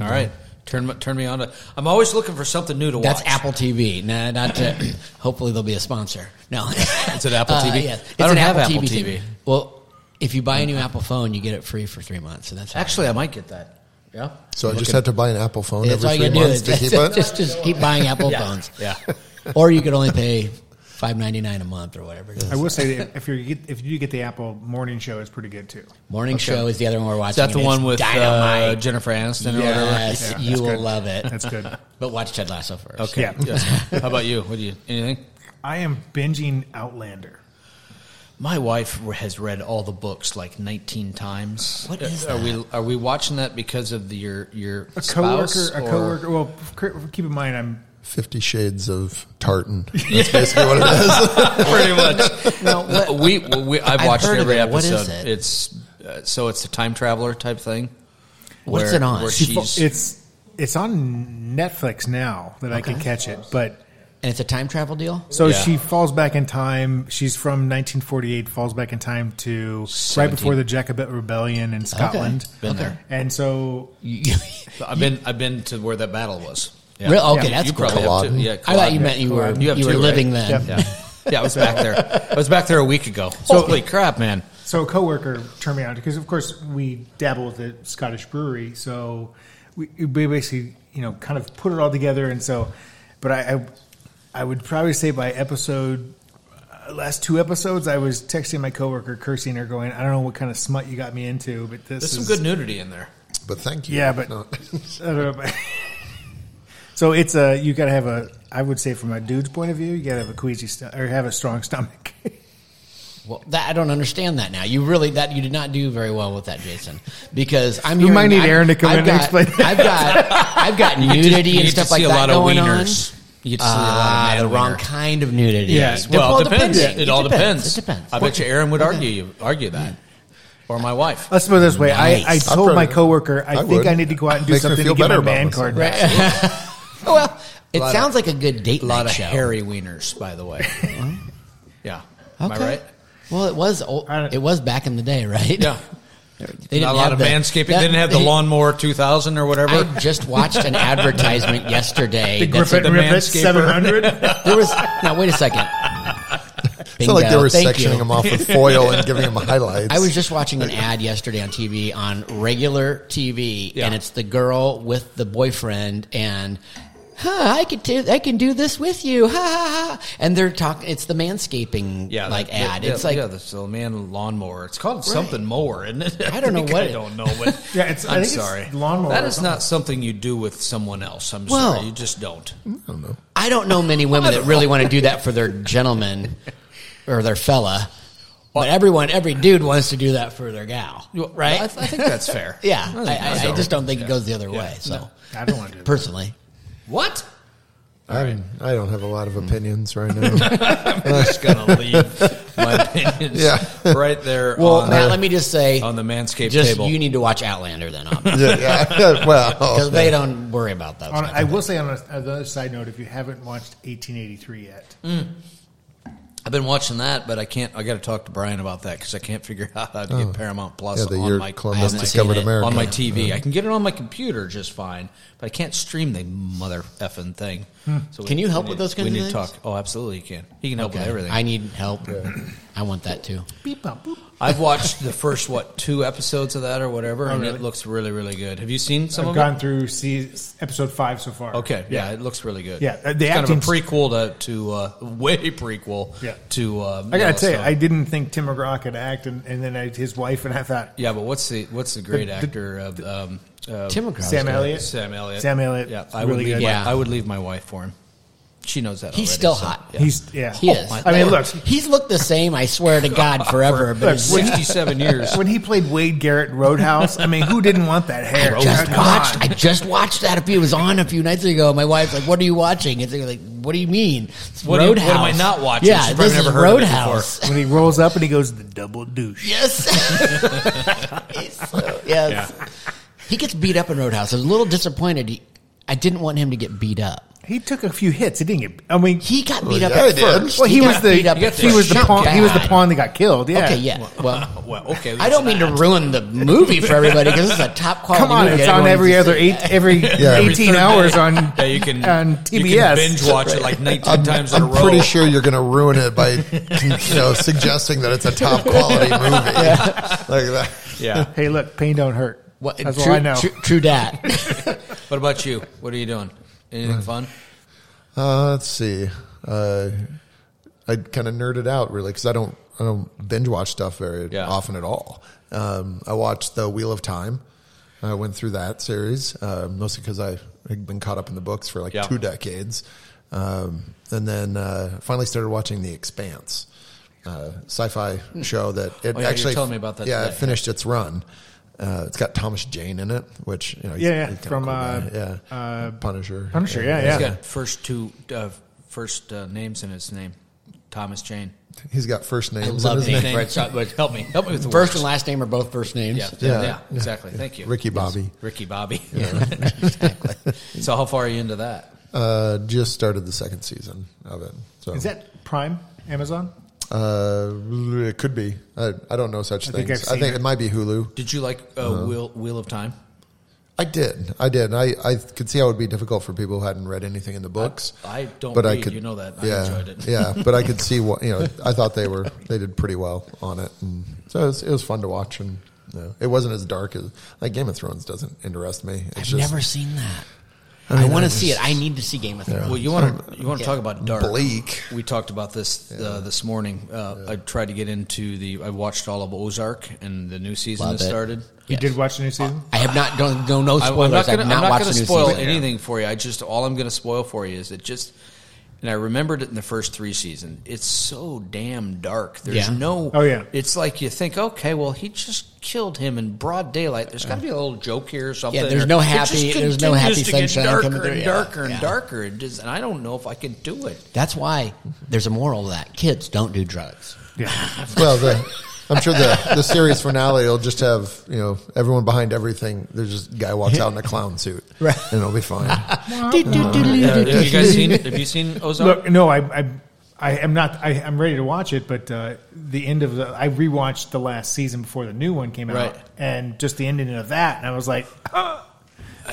Speaker 4: All right. Turn, me- turn me on to. I'm always looking for something new to watch.
Speaker 6: That's Apple TV. No, not to, (clears throat) hopefully they'll be a sponsor. No, it's
Speaker 4: it Apple TV?
Speaker 6: Yes.
Speaker 4: I
Speaker 6: It's
Speaker 4: don't
Speaker 6: an
Speaker 4: have
Speaker 6: Apple
Speaker 4: Apple
Speaker 6: TV. thing.
Speaker 4: TV.
Speaker 6: Well, if you buy a new Apple phone, you get it free for three months. So that's how
Speaker 4: Actually, I might get that. Yeah.
Speaker 1: So I just had to buy an Apple phone
Speaker 6: that's all
Speaker 1: every
Speaker 6: you
Speaker 1: three
Speaker 6: gotta
Speaker 1: months
Speaker 6: do is (laughs)
Speaker 1: to keep it.
Speaker 6: just, just just keep buying Apple phones.
Speaker 4: Yeah.
Speaker 6: (laughs) Or you could only pay five ninety nine a month or whatever. It is.
Speaker 5: I will say that if you get if you get the Apple morning show, it's pretty good too.
Speaker 6: Morning show is the other one we're watching.
Speaker 4: Is that the
Speaker 6: and
Speaker 4: one
Speaker 6: it's
Speaker 4: with uh,
Speaker 6: dynamite?
Speaker 4: Jennifer Aniston or whatever?
Speaker 6: yes,
Speaker 5: Yeah,
Speaker 6: you
Speaker 5: that's
Speaker 6: will
Speaker 5: good.
Speaker 6: love it.
Speaker 5: That's good.
Speaker 6: But watch Ted Lasso first.
Speaker 4: Okay.
Speaker 5: Yeah.
Speaker 4: Yes. How about you? What do you? Anything?
Speaker 5: (laughs) I am binging Outlander.
Speaker 4: My wife has read all the books like 19 times. What is are we are we watching that because of the, your your
Speaker 5: A
Speaker 4: spouse
Speaker 5: coworker, a
Speaker 4: or-
Speaker 5: coworker. Well, cr- keep in mind, I'm
Speaker 1: Fifty Shades of Tartan. That's basically what it is.
Speaker 4: (laughs) pretty much. no, we, we I've
Speaker 6: I've
Speaker 4: watched
Speaker 6: heard of
Speaker 4: every
Speaker 6: it. What
Speaker 4: episode.
Speaker 6: is it?
Speaker 4: It's uh, so it's a time traveler type thing.
Speaker 6: What's
Speaker 4: where-
Speaker 6: it on?
Speaker 4: Where
Speaker 6: She
Speaker 4: she's,
Speaker 5: it's it's on Netflix now that I can catch it. But
Speaker 6: And it's a time travel deal?
Speaker 5: so
Speaker 4: Yeah.
Speaker 5: she falls back in time. She's from 1948. Falls back in time to right before the Jacobite Rebellion in Scotland.
Speaker 4: Been
Speaker 6: (laughs)
Speaker 4: there.
Speaker 5: And so
Speaker 4: I've been I've been to where that battle was. Yeah.
Speaker 6: Really? Okay,
Speaker 4: You-
Speaker 6: that's
Speaker 4: you
Speaker 6: cool.
Speaker 4: probably have too.
Speaker 1: Culloden.
Speaker 4: Yeah,
Speaker 6: I thought you
Speaker 4: Culloden.
Speaker 6: meant you were
Speaker 4: You
Speaker 6: you,
Speaker 4: have
Speaker 6: were
Speaker 4: two,
Speaker 6: living
Speaker 4: right?
Speaker 6: then.
Speaker 4: Yeah. yeah, I was back there. I was back there a week ago. Holy crap, man!
Speaker 5: So a coworker turned me on because, of course, we dabble with the Scottish brewery. So we, we basically, you know, kind of put it all together. And so, but I, I, I would probably say by episode uh, last two episodes, I was texting my coworker, cursing her, going, "I don't know what kind of smut you got me into, but this
Speaker 4: There's
Speaker 5: is
Speaker 4: some good nudity in there.
Speaker 1: But thank you.
Speaker 5: Yeah,
Speaker 1: (laughs)
Speaker 5: but- (laughs) I don't know, but- (laughs) so it's a you got to have a. I would say from a dude's point of view, you got to have a queasy sto- or have a strong (laughs) stomach.
Speaker 6: Well, that, I don't understand that now. You really that you did not do very well with that, Jason, because I'm.
Speaker 5: We
Speaker 6: hearing-
Speaker 5: might need
Speaker 6: I've-
Speaker 5: Aaron to come
Speaker 6: I've
Speaker 5: in and
Speaker 6: got,
Speaker 5: explain that.
Speaker 6: I've got
Speaker 4: (laughs)
Speaker 6: I've got nudity and
Speaker 4: get to
Speaker 6: stuff like
Speaker 4: see a
Speaker 6: that
Speaker 4: lot of
Speaker 6: going
Speaker 4: wieners.
Speaker 6: on.
Speaker 4: You get to see a lot of
Speaker 6: Ah, the
Speaker 4: mad
Speaker 6: wrong
Speaker 4: wieners.
Speaker 6: kind of nudity.
Speaker 5: Yes.
Speaker 6: Dep-
Speaker 4: Well, it depends.
Speaker 6: depending.
Speaker 4: It, all depends.
Speaker 6: It depends.
Speaker 4: I
Speaker 6: (laughs)
Speaker 4: bet you Aaron would argue you, argue that, or my wife.
Speaker 5: Let's put it this way: I, I
Speaker 6: Nice.
Speaker 5: told
Speaker 1: I'd
Speaker 5: my
Speaker 1: probably-
Speaker 5: coworker I,
Speaker 1: I
Speaker 5: think
Speaker 1: would.
Speaker 5: I need to go out and do
Speaker 1: Makes me
Speaker 5: something to
Speaker 1: feel
Speaker 5: get my
Speaker 1: better about
Speaker 5: man
Speaker 1: myself.
Speaker 5: card. back.
Speaker 6: (laughs) well, it
Speaker 4: lot of-
Speaker 6: sounds like a good date
Speaker 4: A lot
Speaker 6: night
Speaker 4: of
Speaker 6: show.
Speaker 4: hairy wieners, by the way. yeah. Am I
Speaker 6: Okay.
Speaker 4: right?
Speaker 6: Well, it was old,
Speaker 5: I don't-
Speaker 6: it was back in the day, right?
Speaker 4: Yeah.
Speaker 6: (laughs) they didn't
Speaker 4: Not a lot
Speaker 6: have
Speaker 4: of
Speaker 6: the-
Speaker 4: manscaping.
Speaker 6: that-
Speaker 4: They didn't have
Speaker 6: (laughs)
Speaker 4: the lawnmower 2000 or whatever.
Speaker 6: I just watched
Speaker 4: (laughs)
Speaker 6: an advertisement yesterday.
Speaker 5: The
Speaker 6: that said-
Speaker 5: Griffin
Speaker 4: the
Speaker 5: Rivet
Speaker 4: manscaper.
Speaker 5: (laughs) 700.
Speaker 6: there was now. Wait
Speaker 4: (laughs)
Speaker 6: a second.
Speaker 1: I feel like they
Speaker 6: Bingo.
Speaker 1: were
Speaker 6: Thank
Speaker 1: sectioning
Speaker 6: you.
Speaker 1: him off with foil and giving him highlights.
Speaker 6: I was just watching an ad yesterday on TV on regular TV,
Speaker 4: Yeah.
Speaker 6: and it's the girl with the boyfriend, and huh, I could do I can do this with you, ha ha ha. And they're talking. It's the manscaping like
Speaker 4: the-
Speaker 6: ad.
Speaker 4: the-
Speaker 6: it's like
Speaker 4: yeah, the so man lawnmower. It's called something more, isn't it?
Speaker 6: I
Speaker 4: (laughs)
Speaker 6: don't know
Speaker 4: think
Speaker 6: what
Speaker 4: I
Speaker 6: it-
Speaker 4: don't know what.
Speaker 5: (laughs) Yeah, it's- I
Speaker 4: I'm
Speaker 5: think it's
Speaker 4: sorry.
Speaker 5: lawnmower
Speaker 4: That
Speaker 5: or
Speaker 4: is not something you do with someone else. I'm
Speaker 6: Well-
Speaker 4: sorry, you just don't.
Speaker 6: I don't know many women that really want to do that
Speaker 4: (laughs)
Speaker 6: for their gentleman or their fella, but everyone, every dude wants to do that for their gal, right?
Speaker 4: I, I think that's fair.
Speaker 6: (laughs) yeah,
Speaker 4: think
Speaker 6: I, I, I
Speaker 4: that's
Speaker 6: just
Speaker 4: fair.
Speaker 6: don't think it goes the other way. So
Speaker 5: I don't want to do that.
Speaker 6: personally, (laughs)
Speaker 4: What?
Speaker 1: I'm- I don't have a lot of opinions right now. (laughs)
Speaker 4: just gonna leave
Speaker 6: (laughs)
Speaker 4: my opinions (laughs)
Speaker 1: Yeah.
Speaker 4: right there.
Speaker 6: well,
Speaker 4: on,
Speaker 6: Matt,
Speaker 4: the,
Speaker 6: let me just say,
Speaker 4: on the manscape
Speaker 6: just
Speaker 4: table.
Speaker 6: you need to watch Outlander
Speaker 4: (laughs)
Speaker 6: then, obviously.
Speaker 1: yeah, yeah. (laughs)
Speaker 6: Because
Speaker 1: Well,
Speaker 6: they don't worry about those.
Speaker 5: On,
Speaker 6: kinds
Speaker 5: I
Speaker 6: of
Speaker 5: will say on a- another side note, if you haven't watched 1883 yet,
Speaker 4: I've been watching that, but I can't. I got to talk to Brian about that because I can't (laughs) figure out how to
Speaker 5: Oh.
Speaker 4: get Paramount Plus
Speaker 1: Yeah, the
Speaker 4: on
Speaker 1: year
Speaker 4: my
Speaker 1: Columbus
Speaker 4: on my-
Speaker 1: discovered America.
Speaker 4: on my TV. I can get it on my computer just fine, but I can't stream the mother effing thing.
Speaker 5: Hmm.
Speaker 4: So we-
Speaker 6: Can you help
Speaker 4: we
Speaker 6: with
Speaker 4: need-
Speaker 6: those kinds
Speaker 4: we
Speaker 6: of
Speaker 4: need talk.
Speaker 6: things?
Speaker 4: Oh, absolutely, you can. He can help with
Speaker 6: Okay.
Speaker 4: everything.
Speaker 6: I need help. I want that too.
Speaker 5: beep up, boop.
Speaker 4: I've watched the first what two episodes of that or whatever,
Speaker 6: Oh,
Speaker 4: and
Speaker 5: really?
Speaker 4: it looks really, really good. Have you seen some
Speaker 5: I've
Speaker 4: of
Speaker 5: gone
Speaker 4: it?
Speaker 5: through seas episode five so far.
Speaker 4: Okay, yeah, it looks really good.
Speaker 5: Yeah, uh, the
Speaker 4: it's kind of a
Speaker 5: acting's-
Speaker 4: prequel to to uh, (laughs) way prequel.
Speaker 5: Yeah.
Speaker 4: to uh,
Speaker 5: I gotta tell you,
Speaker 4: Yellowstone.
Speaker 5: I didn't think Tim McGraw could act, and, and then I, his wife, and I thought
Speaker 4: Yeah, but what's the what's the great
Speaker 5: The- the-
Speaker 4: actor of um, uh,
Speaker 6: Tim McGraw's
Speaker 5: Sam
Speaker 6: good.
Speaker 5: Elliott.
Speaker 4: Sam Elliott.
Speaker 5: Sam Elliott,
Speaker 4: Yeah,
Speaker 5: it's
Speaker 4: I would
Speaker 5: really
Speaker 4: leave.
Speaker 5: good.
Speaker 4: My,
Speaker 6: Yeah.
Speaker 4: I would leave my wife for him. She knows that.
Speaker 6: He's
Speaker 4: already,
Speaker 6: still
Speaker 4: so,
Speaker 6: hot.
Speaker 4: yeah. Oh
Speaker 5: he's yeah,
Speaker 6: He is.
Speaker 5: I mean, look,
Speaker 6: he's looked the same. I swear
Speaker 4: (laughs)
Speaker 6: to God, forever. But his-
Speaker 4: sixty-seven years.
Speaker 5: when he played Wade Garrett in Roadhouse, I mean, who didn't want that hair?
Speaker 6: just
Speaker 5: Come
Speaker 6: watched.
Speaker 5: on.
Speaker 6: I just watched that. If it was on a few nights ago, my wife's like, "What are you watching?" It's like, "What do you mean? It's
Speaker 4: What do you- what
Speaker 6: Roadhouse?
Speaker 4: am I not watching? She's
Speaker 6: Yeah,
Speaker 4: probably
Speaker 6: this
Speaker 4: never
Speaker 6: is
Speaker 4: heard of it
Speaker 6: Roadhouse.
Speaker 5: when he rolls up and he goes the double douche.
Speaker 6: yes,
Speaker 4: (laughs)
Speaker 6: He's so- yes. He gets beat up in Roadhouse. I was a little disappointed. He, I didn't want him to get beat up.
Speaker 5: He took a few hits. He didn't get. I mean, he,
Speaker 6: He
Speaker 4: Oh,
Speaker 6: got beat up
Speaker 1: yeah, I
Speaker 6: at
Speaker 1: did.
Speaker 6: first.
Speaker 5: well, he, was
Speaker 6: got
Speaker 5: the
Speaker 6: beat up at
Speaker 5: he
Speaker 6: first.
Speaker 5: was the
Speaker 6: Not
Speaker 5: pawn. He was the
Speaker 6: bad.
Speaker 5: pawn that got killed. Yeah.
Speaker 6: Okay, yeah.
Speaker 5: (laughs)
Speaker 6: Well,
Speaker 4: Well, okay.
Speaker 6: I don't mean to ruin the movie for everybody because it's a top quality.
Speaker 5: Come on,
Speaker 6: movie.
Speaker 5: it's on
Speaker 6: Everyone
Speaker 5: every
Speaker 6: needs to
Speaker 5: other
Speaker 6: see
Speaker 5: eight,
Speaker 6: that. (laughs)
Speaker 5: every
Speaker 1: every
Speaker 5: eighteen hours on
Speaker 4: (laughs) Yeah, you can
Speaker 5: (laughs) on
Speaker 4: you
Speaker 5: TBS.
Speaker 4: can binge watch it like 19 times in
Speaker 1: I'm
Speaker 4: a row.
Speaker 1: pretty sure you're going to ruin it
Speaker 4: (laughs)
Speaker 1: by, you know, suggesting that it's a top quality movie. Like that.
Speaker 4: Yeah.
Speaker 5: Hey, look, pain don't hurt.
Speaker 6: What,
Speaker 5: That's
Speaker 6: true,
Speaker 5: all I know.
Speaker 6: True,
Speaker 5: (laughs)
Speaker 6: true dat.
Speaker 4: What about you? What are you doing? Anything fun?
Speaker 1: Uh, let's see. Uh, I kind of nerded out really because I don't I don't binge watch stuff very
Speaker 4: Yeah.
Speaker 1: often at all. Um, I watched the Wheel of Time. I went through that series uh, mostly because I had been caught up in the books for like
Speaker 4: Yeah.
Speaker 1: two decades. Um, and then uh, finally started watching The Expanse, uh, sci-fi show that it
Speaker 4: Oh, yeah, you were
Speaker 1: actually
Speaker 4: telling me about that
Speaker 1: Yeah,
Speaker 4: today.
Speaker 1: it finished its run. Uh, it's got Thomas Jane in it, which you know, he's,
Speaker 5: Yeah, yeah,
Speaker 1: he's kinda
Speaker 5: from,
Speaker 1: cool guy.
Speaker 5: uh,
Speaker 1: yeah, Punisher,
Speaker 5: Punisher, yeah, yeah.
Speaker 4: He's got first two uh, first uh, names in his name. Thomas Jane.
Speaker 1: He's got first
Speaker 6: I
Speaker 1: names in
Speaker 6: love
Speaker 1: his
Speaker 6: names.
Speaker 1: name.
Speaker 6: Right, so- but help me.
Speaker 4: Help me with the
Speaker 6: First
Speaker 4: words.
Speaker 6: and last name are both first names.
Speaker 4: Yeah,
Speaker 1: Yeah.
Speaker 4: yeah,
Speaker 1: Yeah.
Speaker 4: exactly. Thank you,
Speaker 1: Ricky Bobby.
Speaker 4: Ricky Bobby. (laughs) So how far are you into that?
Speaker 1: Uh, just started the second season of it. So
Speaker 5: Is that Prime Amazon?
Speaker 1: Uh, it could be. I, I don't know such
Speaker 5: I think
Speaker 1: things.
Speaker 5: I've
Speaker 1: I
Speaker 5: seen
Speaker 1: think
Speaker 5: it.
Speaker 1: it. might be Hulu.
Speaker 4: Did you like uh,
Speaker 1: Uh-huh.
Speaker 4: Wheel Wheel of Time?
Speaker 1: I did. I did. I, I could see how it would be difficult for people who hadn't read anything in the books.
Speaker 4: I don't read, you know that. I
Speaker 1: yeah,
Speaker 4: enjoyed it.
Speaker 1: yeah, but
Speaker 4: (laughs)
Speaker 1: I could see what you know. I thought they were they did pretty well on it, and so it was, it was fun to watch. And you know, it wasn't as dark as like Game of Thrones doesn't interest me. It's
Speaker 6: I've
Speaker 1: just
Speaker 6: never seen that.
Speaker 1: I
Speaker 6: I,
Speaker 1: mean,
Speaker 6: want
Speaker 1: I
Speaker 6: to see
Speaker 1: just-
Speaker 6: it. I need to see Game of
Speaker 1: Uh,
Speaker 6: Thrones.
Speaker 4: Well, you want to you want to talk about dark.
Speaker 1: bleak.
Speaker 4: We talked about this uh, this morning. Uh, I tried to get into the. I watched all of Ozark, and the new season
Speaker 6: Love
Speaker 4: has
Speaker 6: it.
Speaker 4: started.
Speaker 5: You did watch
Speaker 6: Uh,
Speaker 5: the new season?
Speaker 6: I have not done no no
Speaker 4: I-
Speaker 6: spoilers.
Speaker 4: I'm not gonna,
Speaker 6: I've
Speaker 4: I'm
Speaker 6: not,
Speaker 4: not
Speaker 6: watched
Speaker 4: gonna
Speaker 6: the new
Speaker 4: spoil
Speaker 6: season.
Speaker 4: anything for you. I just all I'm going to spoil for you is it just. And I remembered it in the first three season. It's so damn dark. There's
Speaker 6: Yeah.
Speaker 4: no.
Speaker 5: Oh, yeah.
Speaker 4: It's like you think, okay, well, he just killed him in broad daylight. There's got to be a little joke here or something.
Speaker 6: Yeah, there's
Speaker 4: or-
Speaker 6: no
Speaker 4: It just
Speaker 6: happy- there's no
Speaker 4: continues
Speaker 6: happy
Speaker 4: to get
Speaker 6: sunshine
Speaker 4: Darker
Speaker 6: coming through,
Speaker 4: and
Speaker 6: yeah,
Speaker 4: darker and
Speaker 6: yeah.
Speaker 4: darker. It just, and I don't know if I can do it.
Speaker 6: That's why there's a moral to that kids don't do drugs.
Speaker 1: Well, the, I'm sure the, the series finale will just have you know everyone behind everything. There's just a guy walks out in a clown suit, right? And it'll be fine.
Speaker 4: have you guys seen? Have you seen Ozark?
Speaker 5: Look, no, I, I, I am not. I, I'm ready to watch it, but uh, the end of the I rewatched the last season before the new one came out,
Speaker 4: Right.
Speaker 5: and just the ending of that, and I was like, ah.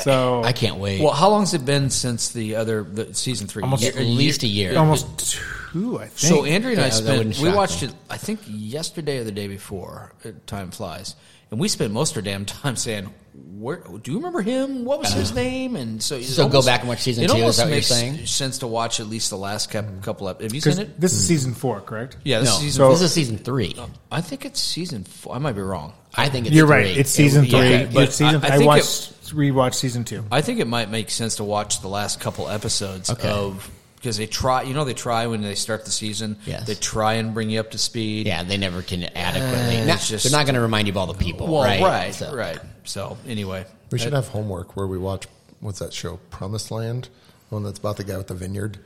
Speaker 5: so
Speaker 6: I can't wait.
Speaker 4: Well, how long's it been since the other the season three?
Speaker 5: Almost
Speaker 4: Year-
Speaker 6: at least a year.
Speaker 5: almost two. I think
Speaker 4: So Andrea and I
Speaker 6: Yeah, that
Speaker 4: spent.
Speaker 6: wouldn't
Speaker 4: We
Speaker 6: shock
Speaker 4: watched
Speaker 6: me.
Speaker 4: it. I think yesterday or the day before. uh, Time flies, and we spent most of our damn time (laughs) saying, "Where do you remember him? What was his name?" And so, it
Speaker 6: So go back and watch season
Speaker 4: it
Speaker 6: two, is
Speaker 4: almost
Speaker 6: that what you're
Speaker 4: makes
Speaker 6: saying? Mm-hmm.
Speaker 4: Sense to watch at least the last cap- couple of. Have you
Speaker 5: because
Speaker 4: seen it?
Speaker 5: this is season four, correct?
Speaker 4: Yeah, this
Speaker 6: no,
Speaker 4: is season.
Speaker 5: so-
Speaker 6: this is season three.
Speaker 4: I think it's season four. I might be wrong.
Speaker 6: I think it's
Speaker 5: You're
Speaker 6: three.
Speaker 5: right. It's season
Speaker 6: It-
Speaker 5: three.
Speaker 6: yeah.
Speaker 4: but
Speaker 5: it's season.
Speaker 4: I- I
Speaker 5: I,
Speaker 4: think it-
Speaker 5: watched rewatched season two.
Speaker 4: I think it might make sense to watch the last couple episodes of because they try. You know, they try when they start the season.
Speaker 6: Yes.
Speaker 4: they try and bring you up to speed.
Speaker 6: Yeah, they never can adequately.
Speaker 4: Uh,
Speaker 6: Not-
Speaker 4: it's just-
Speaker 6: they're not going to remind you of all the people.
Speaker 4: Well, right,
Speaker 6: right,
Speaker 4: right.
Speaker 6: So-
Speaker 4: So, anyway,
Speaker 1: We should have homework where we watch what's that show? Promised Land, the one that's about the guy with the vineyard.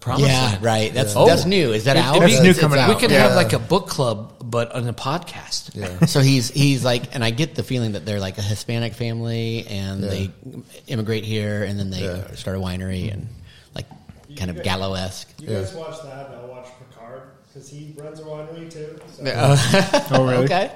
Speaker 4: promise.
Speaker 6: Yeah, right. That's
Speaker 4: Oh.
Speaker 6: that's new. Is that
Speaker 4: It-
Speaker 6: out?
Speaker 4: it'd
Speaker 5: That's
Speaker 4: be-
Speaker 5: new
Speaker 6: It's- it's
Speaker 5: coming out.
Speaker 4: We could
Speaker 5: Yeah.
Speaker 4: have like a book club, but on a podcast.
Speaker 6: So he's he's like, and I get the feeling that they're like a Hispanic family, and
Speaker 1: Yeah.
Speaker 6: they immigrate here, and then they
Speaker 1: Yeah.
Speaker 6: start a winery, and like kind of Gallo esque.
Speaker 8: You guys watch that, and I'll watch Picard because he runs a winery too. So
Speaker 5: Oh
Speaker 4: (laughs)
Speaker 5: really?
Speaker 6: Okay.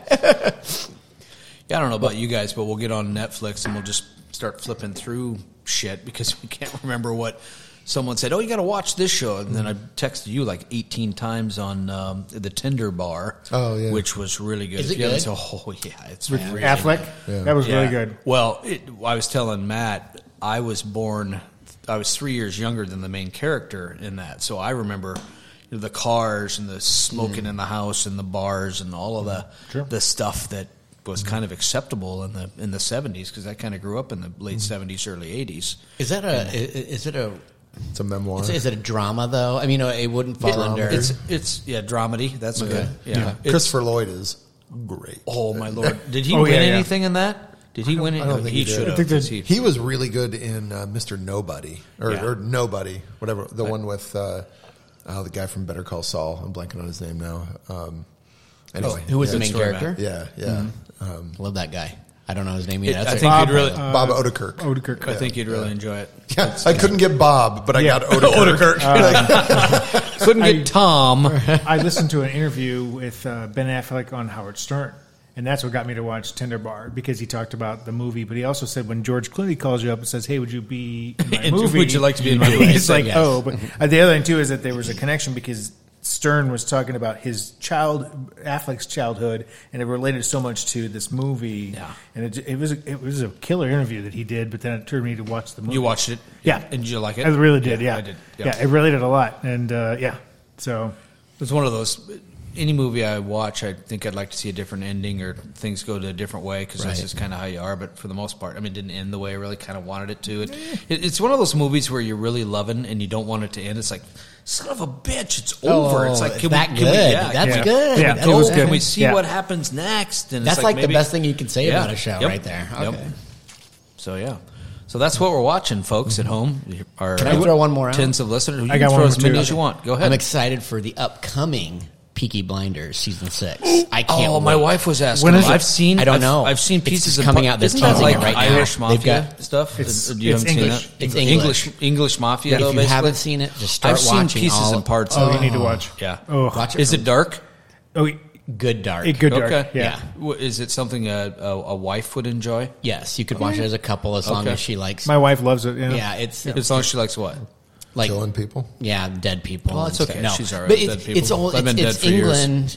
Speaker 4: Yeah, I don't know about you guys, but we'll get on Netflix and we'll just start flipping through shit because we can't (laughs) remember what someone said. Oh, you got to watch this show, and then I texted you like eighteen times on um, the Tinder bar.
Speaker 1: Oh, yeah.
Speaker 4: which was really good.
Speaker 6: Is
Speaker 4: If
Speaker 6: it
Speaker 4: you haven't-
Speaker 6: good?
Speaker 4: Oh (laughs) yeah, it's
Speaker 5: With
Speaker 4: really
Speaker 5: Affleck,
Speaker 1: Yeah.
Speaker 5: that was
Speaker 4: Yeah.
Speaker 5: really good.
Speaker 4: Well, it, I was telling Matt, I was born, I was three years younger than the main character in that. So I remember the cars and the smoking in the house and the bars and all of the
Speaker 5: Sure.
Speaker 4: the stuff that was kind of acceptable in the in the seventies because I kind of grew up in the late 70s early eighties.
Speaker 6: Is that a i- i- is it a
Speaker 1: It's a memoir.
Speaker 6: is, is it a drama though? I mean, no, it wouldn't fall under.
Speaker 4: It's it's yeah dramedy. That's good. Yeah, It's-
Speaker 1: Christopher Lloyd is great.
Speaker 4: oh my lord, did he
Speaker 5: Oh,
Speaker 4: win
Speaker 5: yeah, yeah.
Speaker 4: anything in that? Did he win?
Speaker 1: I don't
Speaker 4: Any,
Speaker 1: think
Speaker 4: he
Speaker 1: he did.
Speaker 4: should
Speaker 1: I
Speaker 4: have.
Speaker 5: think
Speaker 4: 'cause
Speaker 5: that-
Speaker 4: he-
Speaker 1: He was really good in uh, Mr. Nobody or,
Speaker 4: Yeah.
Speaker 1: or Nobody, whatever the one with uh, uh, the guy from Better Call Saul. I'm blanking on his name now. Um, anyway,
Speaker 6: Oh, Who was
Speaker 1: yeah,
Speaker 6: the main
Speaker 4: story, man.
Speaker 6: character? Mm-hmm.
Speaker 1: Yeah, yeah. Um,
Speaker 6: Love that guy. I don't know his name either.
Speaker 4: I
Speaker 6: That's
Speaker 4: think
Speaker 6: a-
Speaker 4: you'd
Speaker 5: Bob,
Speaker 4: really.
Speaker 5: uh,
Speaker 1: Bob Odekirk.
Speaker 5: Odekirk.
Speaker 4: I think you'd really enjoy it.
Speaker 1: (laughs) Yeah, I couldn't get Bob, but I
Speaker 5: Yeah.
Speaker 1: got
Speaker 4: (laughs)
Speaker 1: Odekirk. (laughs)
Speaker 6: Uh,
Speaker 4: Couldn't get Tom.
Speaker 5: I listened to an interview with uh, Ben Affleck on Howard Stern, and that's what got me to watch Tender Bar because he talked about the movie, but he also said when George Clooney calls you up and says, "Hey, would you be in my
Speaker 4: And (laughs)
Speaker 5: movie?
Speaker 4: would you like to
Speaker 5: (laughs)
Speaker 4: be in my movie?
Speaker 5: It's like
Speaker 6: Yes.
Speaker 5: oh, but uh, the other thing too is that there was a connection because. Stern was talking about his child, Affleck's childhood, and it related so much to this movie.
Speaker 4: Yeah.
Speaker 5: And it, it was it was a killer interview that he did, but then it turned me to watch the movie.
Speaker 4: You watched it,
Speaker 5: Yeah.
Speaker 4: and did you like it?
Speaker 5: I really did. Yeah,
Speaker 4: I did.
Speaker 5: Yeah, it really did a lot, and uh, yeah. So
Speaker 4: It was one of those. any movie I watch, I think I'd like to see a different ending or things go to a different way because that's
Speaker 6: Right.
Speaker 4: just kind of how you are. But for the most part, I mean, it didn't end the way I really kind of wanted it to. It, it, it's one of those movies where you're really loving and you don't want it to end. It's like, son of a bitch, it's
Speaker 5: Oh,
Speaker 4: over. it's like, can
Speaker 6: that
Speaker 4: we,
Speaker 6: good.
Speaker 4: can we- yeah,
Speaker 6: That's
Speaker 4: can we-
Speaker 6: good.
Speaker 5: Yeah,
Speaker 6: That's
Speaker 5: it was
Speaker 6: good.
Speaker 5: good.
Speaker 4: Can we see
Speaker 5: Yeah.
Speaker 4: what happens next? And it's
Speaker 6: That's like,
Speaker 4: maybe-
Speaker 6: the best thing you can say
Speaker 4: Yeah.
Speaker 6: about a show
Speaker 4: Yep.
Speaker 6: right there.
Speaker 4: Yep.
Speaker 6: Okay.
Speaker 4: So yeah. So that's what we're watching, folks at home. Our,
Speaker 6: Can I throw one more out?
Speaker 4: Tens of listeners. You
Speaker 5: I
Speaker 4: can
Speaker 5: got
Speaker 4: throw
Speaker 5: one
Speaker 4: as
Speaker 5: more
Speaker 4: many
Speaker 5: too.
Speaker 4: as you want. Go ahead.
Speaker 6: I'm excited for the upcoming Peaky Blinders season six. I can't.
Speaker 4: oh, my
Speaker 6: wait.
Speaker 4: wife was asking.
Speaker 5: When is
Speaker 4: me.
Speaker 5: it?
Speaker 4: I've seen.
Speaker 6: I don't
Speaker 4: I've-
Speaker 6: know.
Speaker 4: I've seen
Speaker 6: It's
Speaker 4: pieces of
Speaker 6: coming
Speaker 4: bu-
Speaker 6: out this
Speaker 4: Isn't that
Speaker 6: season
Speaker 4: like
Speaker 6: right now.
Speaker 4: Irish
Speaker 6: They've
Speaker 4: mafia
Speaker 6: got-
Speaker 4: stuff?
Speaker 5: It's-
Speaker 4: You
Speaker 5: it's
Speaker 4: haven't seen
Speaker 5: English.
Speaker 4: that?
Speaker 6: It's
Speaker 4: English.
Speaker 6: English.
Speaker 4: English mafia.
Speaker 6: If
Speaker 4: though,
Speaker 6: you
Speaker 4: basically.
Speaker 6: haven't seen it, just start
Speaker 4: I've seen
Speaker 6: watching
Speaker 4: pieces
Speaker 6: all-
Speaker 4: and parts.
Speaker 5: Oh,
Speaker 4: of
Speaker 5: you
Speaker 4: it.
Speaker 5: need to watch.
Speaker 4: Yeah.
Speaker 5: Oh,
Speaker 6: Watch it.
Speaker 4: Is it dark?
Speaker 5: oh, it-
Speaker 6: Good dark.
Speaker 5: it good dark.
Speaker 4: Okay.
Speaker 5: Yeah.
Speaker 4: W- Is it something a, a, a wife would enjoy?
Speaker 6: Yes, you could watch it as a couple as long
Speaker 4: Okay.
Speaker 6: as she likes.
Speaker 5: my wife loves it. Yeah,
Speaker 6: yeah, it's
Speaker 4: As long as she likes what?
Speaker 6: like
Speaker 1: Killing people.
Speaker 6: yeah, dead people.
Speaker 4: Well, that's
Speaker 6: and
Speaker 4: okay.
Speaker 6: stuff. No,
Speaker 4: She's all right
Speaker 6: but
Speaker 4: with
Speaker 6: it's,
Speaker 4: dead people.
Speaker 6: it's all
Speaker 4: I've
Speaker 6: it's,
Speaker 4: been
Speaker 6: it's
Speaker 4: dead for years.
Speaker 6: England.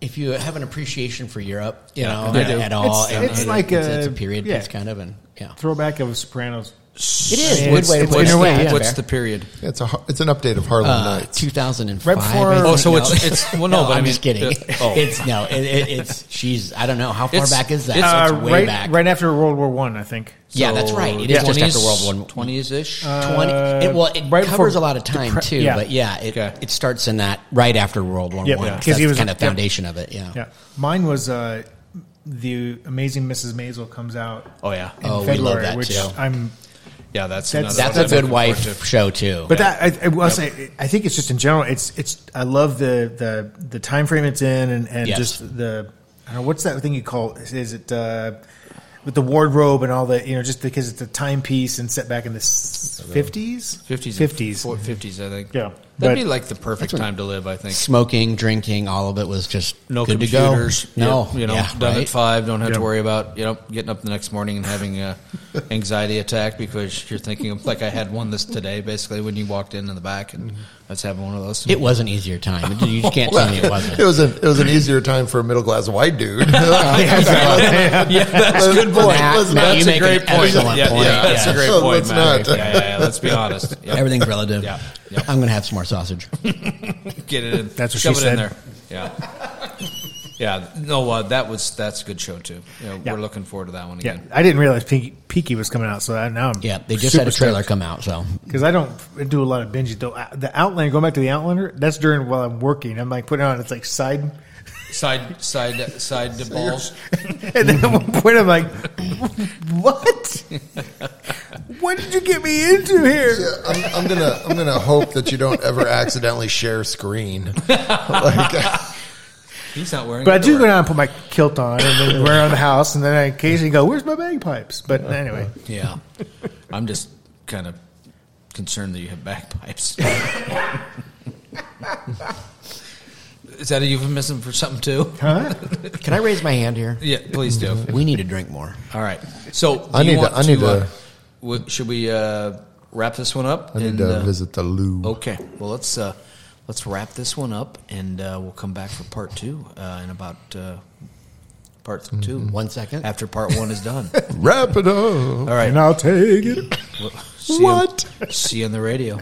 Speaker 6: If you have an appreciation for Europe, you
Speaker 4: Yeah,
Speaker 6: know,
Speaker 4: I
Speaker 6: at,
Speaker 4: do.
Speaker 6: at all,
Speaker 5: It's-
Speaker 6: and-
Speaker 5: it's
Speaker 6: and
Speaker 5: like
Speaker 6: it's,
Speaker 5: a-
Speaker 6: it's a period
Speaker 5: yeah.
Speaker 6: piece kind of, and yeah,
Speaker 5: throwback of Sopranos.
Speaker 6: it is.
Speaker 5: It's-
Speaker 6: Good way to
Speaker 5: it's
Speaker 6: put
Speaker 5: in
Speaker 6: it.
Speaker 5: a way,
Speaker 6: Yeah,
Speaker 5: yeah.
Speaker 4: What's
Speaker 6: What's
Speaker 4: the
Speaker 6: the
Speaker 4: period?
Speaker 1: Yeah, it's a har- it's an update of Harlem
Speaker 6: Uh,
Speaker 1: Nights.
Speaker 6: 2005?
Speaker 5: Right before-
Speaker 6: I think.
Speaker 5: Oh,
Speaker 4: so
Speaker 6: No.
Speaker 4: it's- (laughs) it's- well, no, but I
Speaker 6: I'm
Speaker 4: mean-
Speaker 6: just kidding.
Speaker 4: uh, oh.
Speaker 6: It's no, it, it, it's she's. I don't know how far
Speaker 4: It's-
Speaker 6: back is that? It's,
Speaker 5: Uh,
Speaker 6: way
Speaker 5: right,
Speaker 6: back.
Speaker 5: right after World War One, I, think.
Speaker 6: yeah, that's right. It is just after World War One.
Speaker 4: Twenties ish.
Speaker 6: Twenty. it, well, it
Speaker 5: Uh, right
Speaker 6: covers
Speaker 5: before
Speaker 6: a lot of time
Speaker 5: Depre-
Speaker 6: too,
Speaker 5: yeah.
Speaker 6: but yeah, it,
Speaker 4: Okay.
Speaker 6: it starts in that right after World War
Speaker 5: Yep,
Speaker 6: One.
Speaker 5: yeah. 'Cause
Speaker 6: Because
Speaker 5: he was-
Speaker 6: kind of
Speaker 5: yep.
Speaker 6: foundation of it. Yeah.
Speaker 5: Yeah, mine was uh, the Amazing Mrs. Maisel comes out.
Speaker 4: Oh yeah.
Speaker 5: in
Speaker 6: Oh, we
Speaker 5: February,
Speaker 6: love that,
Speaker 5: which
Speaker 6: too.
Speaker 5: I'm.
Speaker 4: Yeah, that's
Speaker 5: That's-
Speaker 4: another
Speaker 6: That's
Speaker 4: one
Speaker 6: a
Speaker 4: that I'm
Speaker 6: good
Speaker 4: looking forward
Speaker 6: wife show too.
Speaker 5: But that I, I will say, I think it's just in general. It's it's. I love the the the time frame it's in, and and
Speaker 6: Yes.
Speaker 5: just the. I don't know what's that thing you call. It? Is it uh, with the wardrobe and all the you know just because it's a timepiece and set back in the fifties,
Speaker 4: to. Fifties,
Speaker 5: fifties.
Speaker 4: fifties. I think.
Speaker 5: Yeah,
Speaker 4: that'd
Speaker 5: but-
Speaker 4: be like the perfect time to live. I think.
Speaker 6: Smoking, drinking, all of it was just
Speaker 4: No
Speaker 6: good
Speaker 4: computers.
Speaker 6: to go. No,
Speaker 4: you know,
Speaker 6: yeah,
Speaker 4: done
Speaker 6: right?
Speaker 4: at five. Don't have to
Speaker 5: Yeah.
Speaker 4: worry about you know getting up the next morning and having
Speaker 6: (laughs)
Speaker 4: a anxiety attack because you're thinking of like I had one this today. Basically, when you walked in in the back and I was having one of those.
Speaker 6: Mm-hmm. It was an easier time. You just can't tell me it
Speaker 1: (laughs)
Speaker 6: wasn't.
Speaker 1: It was an it was an easier time for a middle class white
Speaker 6: (laughs)
Speaker 1: dude.
Speaker 4: (laughs)
Speaker 1: (laughs)
Speaker 4: yeah, that's a good point.
Speaker 6: Matt,
Speaker 1: Let's
Speaker 6: Matt,
Speaker 1: not-
Speaker 4: That's
Speaker 6: you
Speaker 4: a
Speaker 6: make
Speaker 4: great
Speaker 6: an
Speaker 4: point.
Speaker 6: excellent
Speaker 4: Yeah,
Speaker 6: point.
Speaker 4: yeah, that's a
Speaker 6: Yeah.
Speaker 4: great
Speaker 1: So
Speaker 4: point,
Speaker 1: let's
Speaker 4: Matt.
Speaker 1: not-
Speaker 4: Yeah, yeah, yeah, let's be
Speaker 6: (laughs)
Speaker 4: honest. Yep.
Speaker 6: Everything's relative.
Speaker 4: Yeah, yeah.
Speaker 6: I'm gonna have some more sausage.
Speaker 4: get it in.
Speaker 5: That's what
Speaker 4: shove
Speaker 5: she
Speaker 4: it in
Speaker 5: said.
Speaker 4: there. Yeah. Yeah, no, uh, that was that's a good show too. You know,
Speaker 5: Yeah.
Speaker 4: We're looking forward to that one
Speaker 5: Yeah,
Speaker 4: again.
Speaker 5: I didn't realize Peaky, Peaky was coming out, so I, now I'm
Speaker 6: Yeah, they just had a trailer come out, so
Speaker 5: because I don't do a lot of binging. Though Uh, the Outlander, going back to the Outlander, that's during while I'm working. I'm like putting on it's like side, (laughs)
Speaker 4: Side side side to balls.
Speaker 5: and then at one point I'm like, what? what did you get me into here?
Speaker 1: I'm, I'm gonna I'm gonna hope that you don't ever accidentally share screen. Like,
Speaker 4: He's not wearing.
Speaker 5: But I do go
Speaker 4: underwear.
Speaker 5: down and put my kilt on and then wear around the house, and then I occasionally go, "Where's my bagpipes?" But anyway,
Speaker 4: Yeah, I'm just kind of concerned that you have bagpipes. Is that a euphemism for something too?
Speaker 5: huh?
Speaker 6: can I raise my hand here?
Speaker 4: Yeah, please do.
Speaker 6: We need to drink more.
Speaker 4: All right. So do
Speaker 1: I
Speaker 4: you
Speaker 1: need to-
Speaker 4: want
Speaker 1: I need
Speaker 4: uh,
Speaker 1: to-
Speaker 4: w- should we uh, wrap this one up?
Speaker 1: I need
Speaker 4: and,
Speaker 1: to
Speaker 4: uh,
Speaker 1: visit the loo.
Speaker 4: Okay. Well, let's uh, let's wrap this one up, and uh, we'll come back for part two uh, in about uh, part 2
Speaker 6: One second.
Speaker 4: after part one is done.
Speaker 1: Wrap it up.
Speaker 4: All right.
Speaker 5: And I'll take it.
Speaker 4: We'll see what? You, see you on the radio.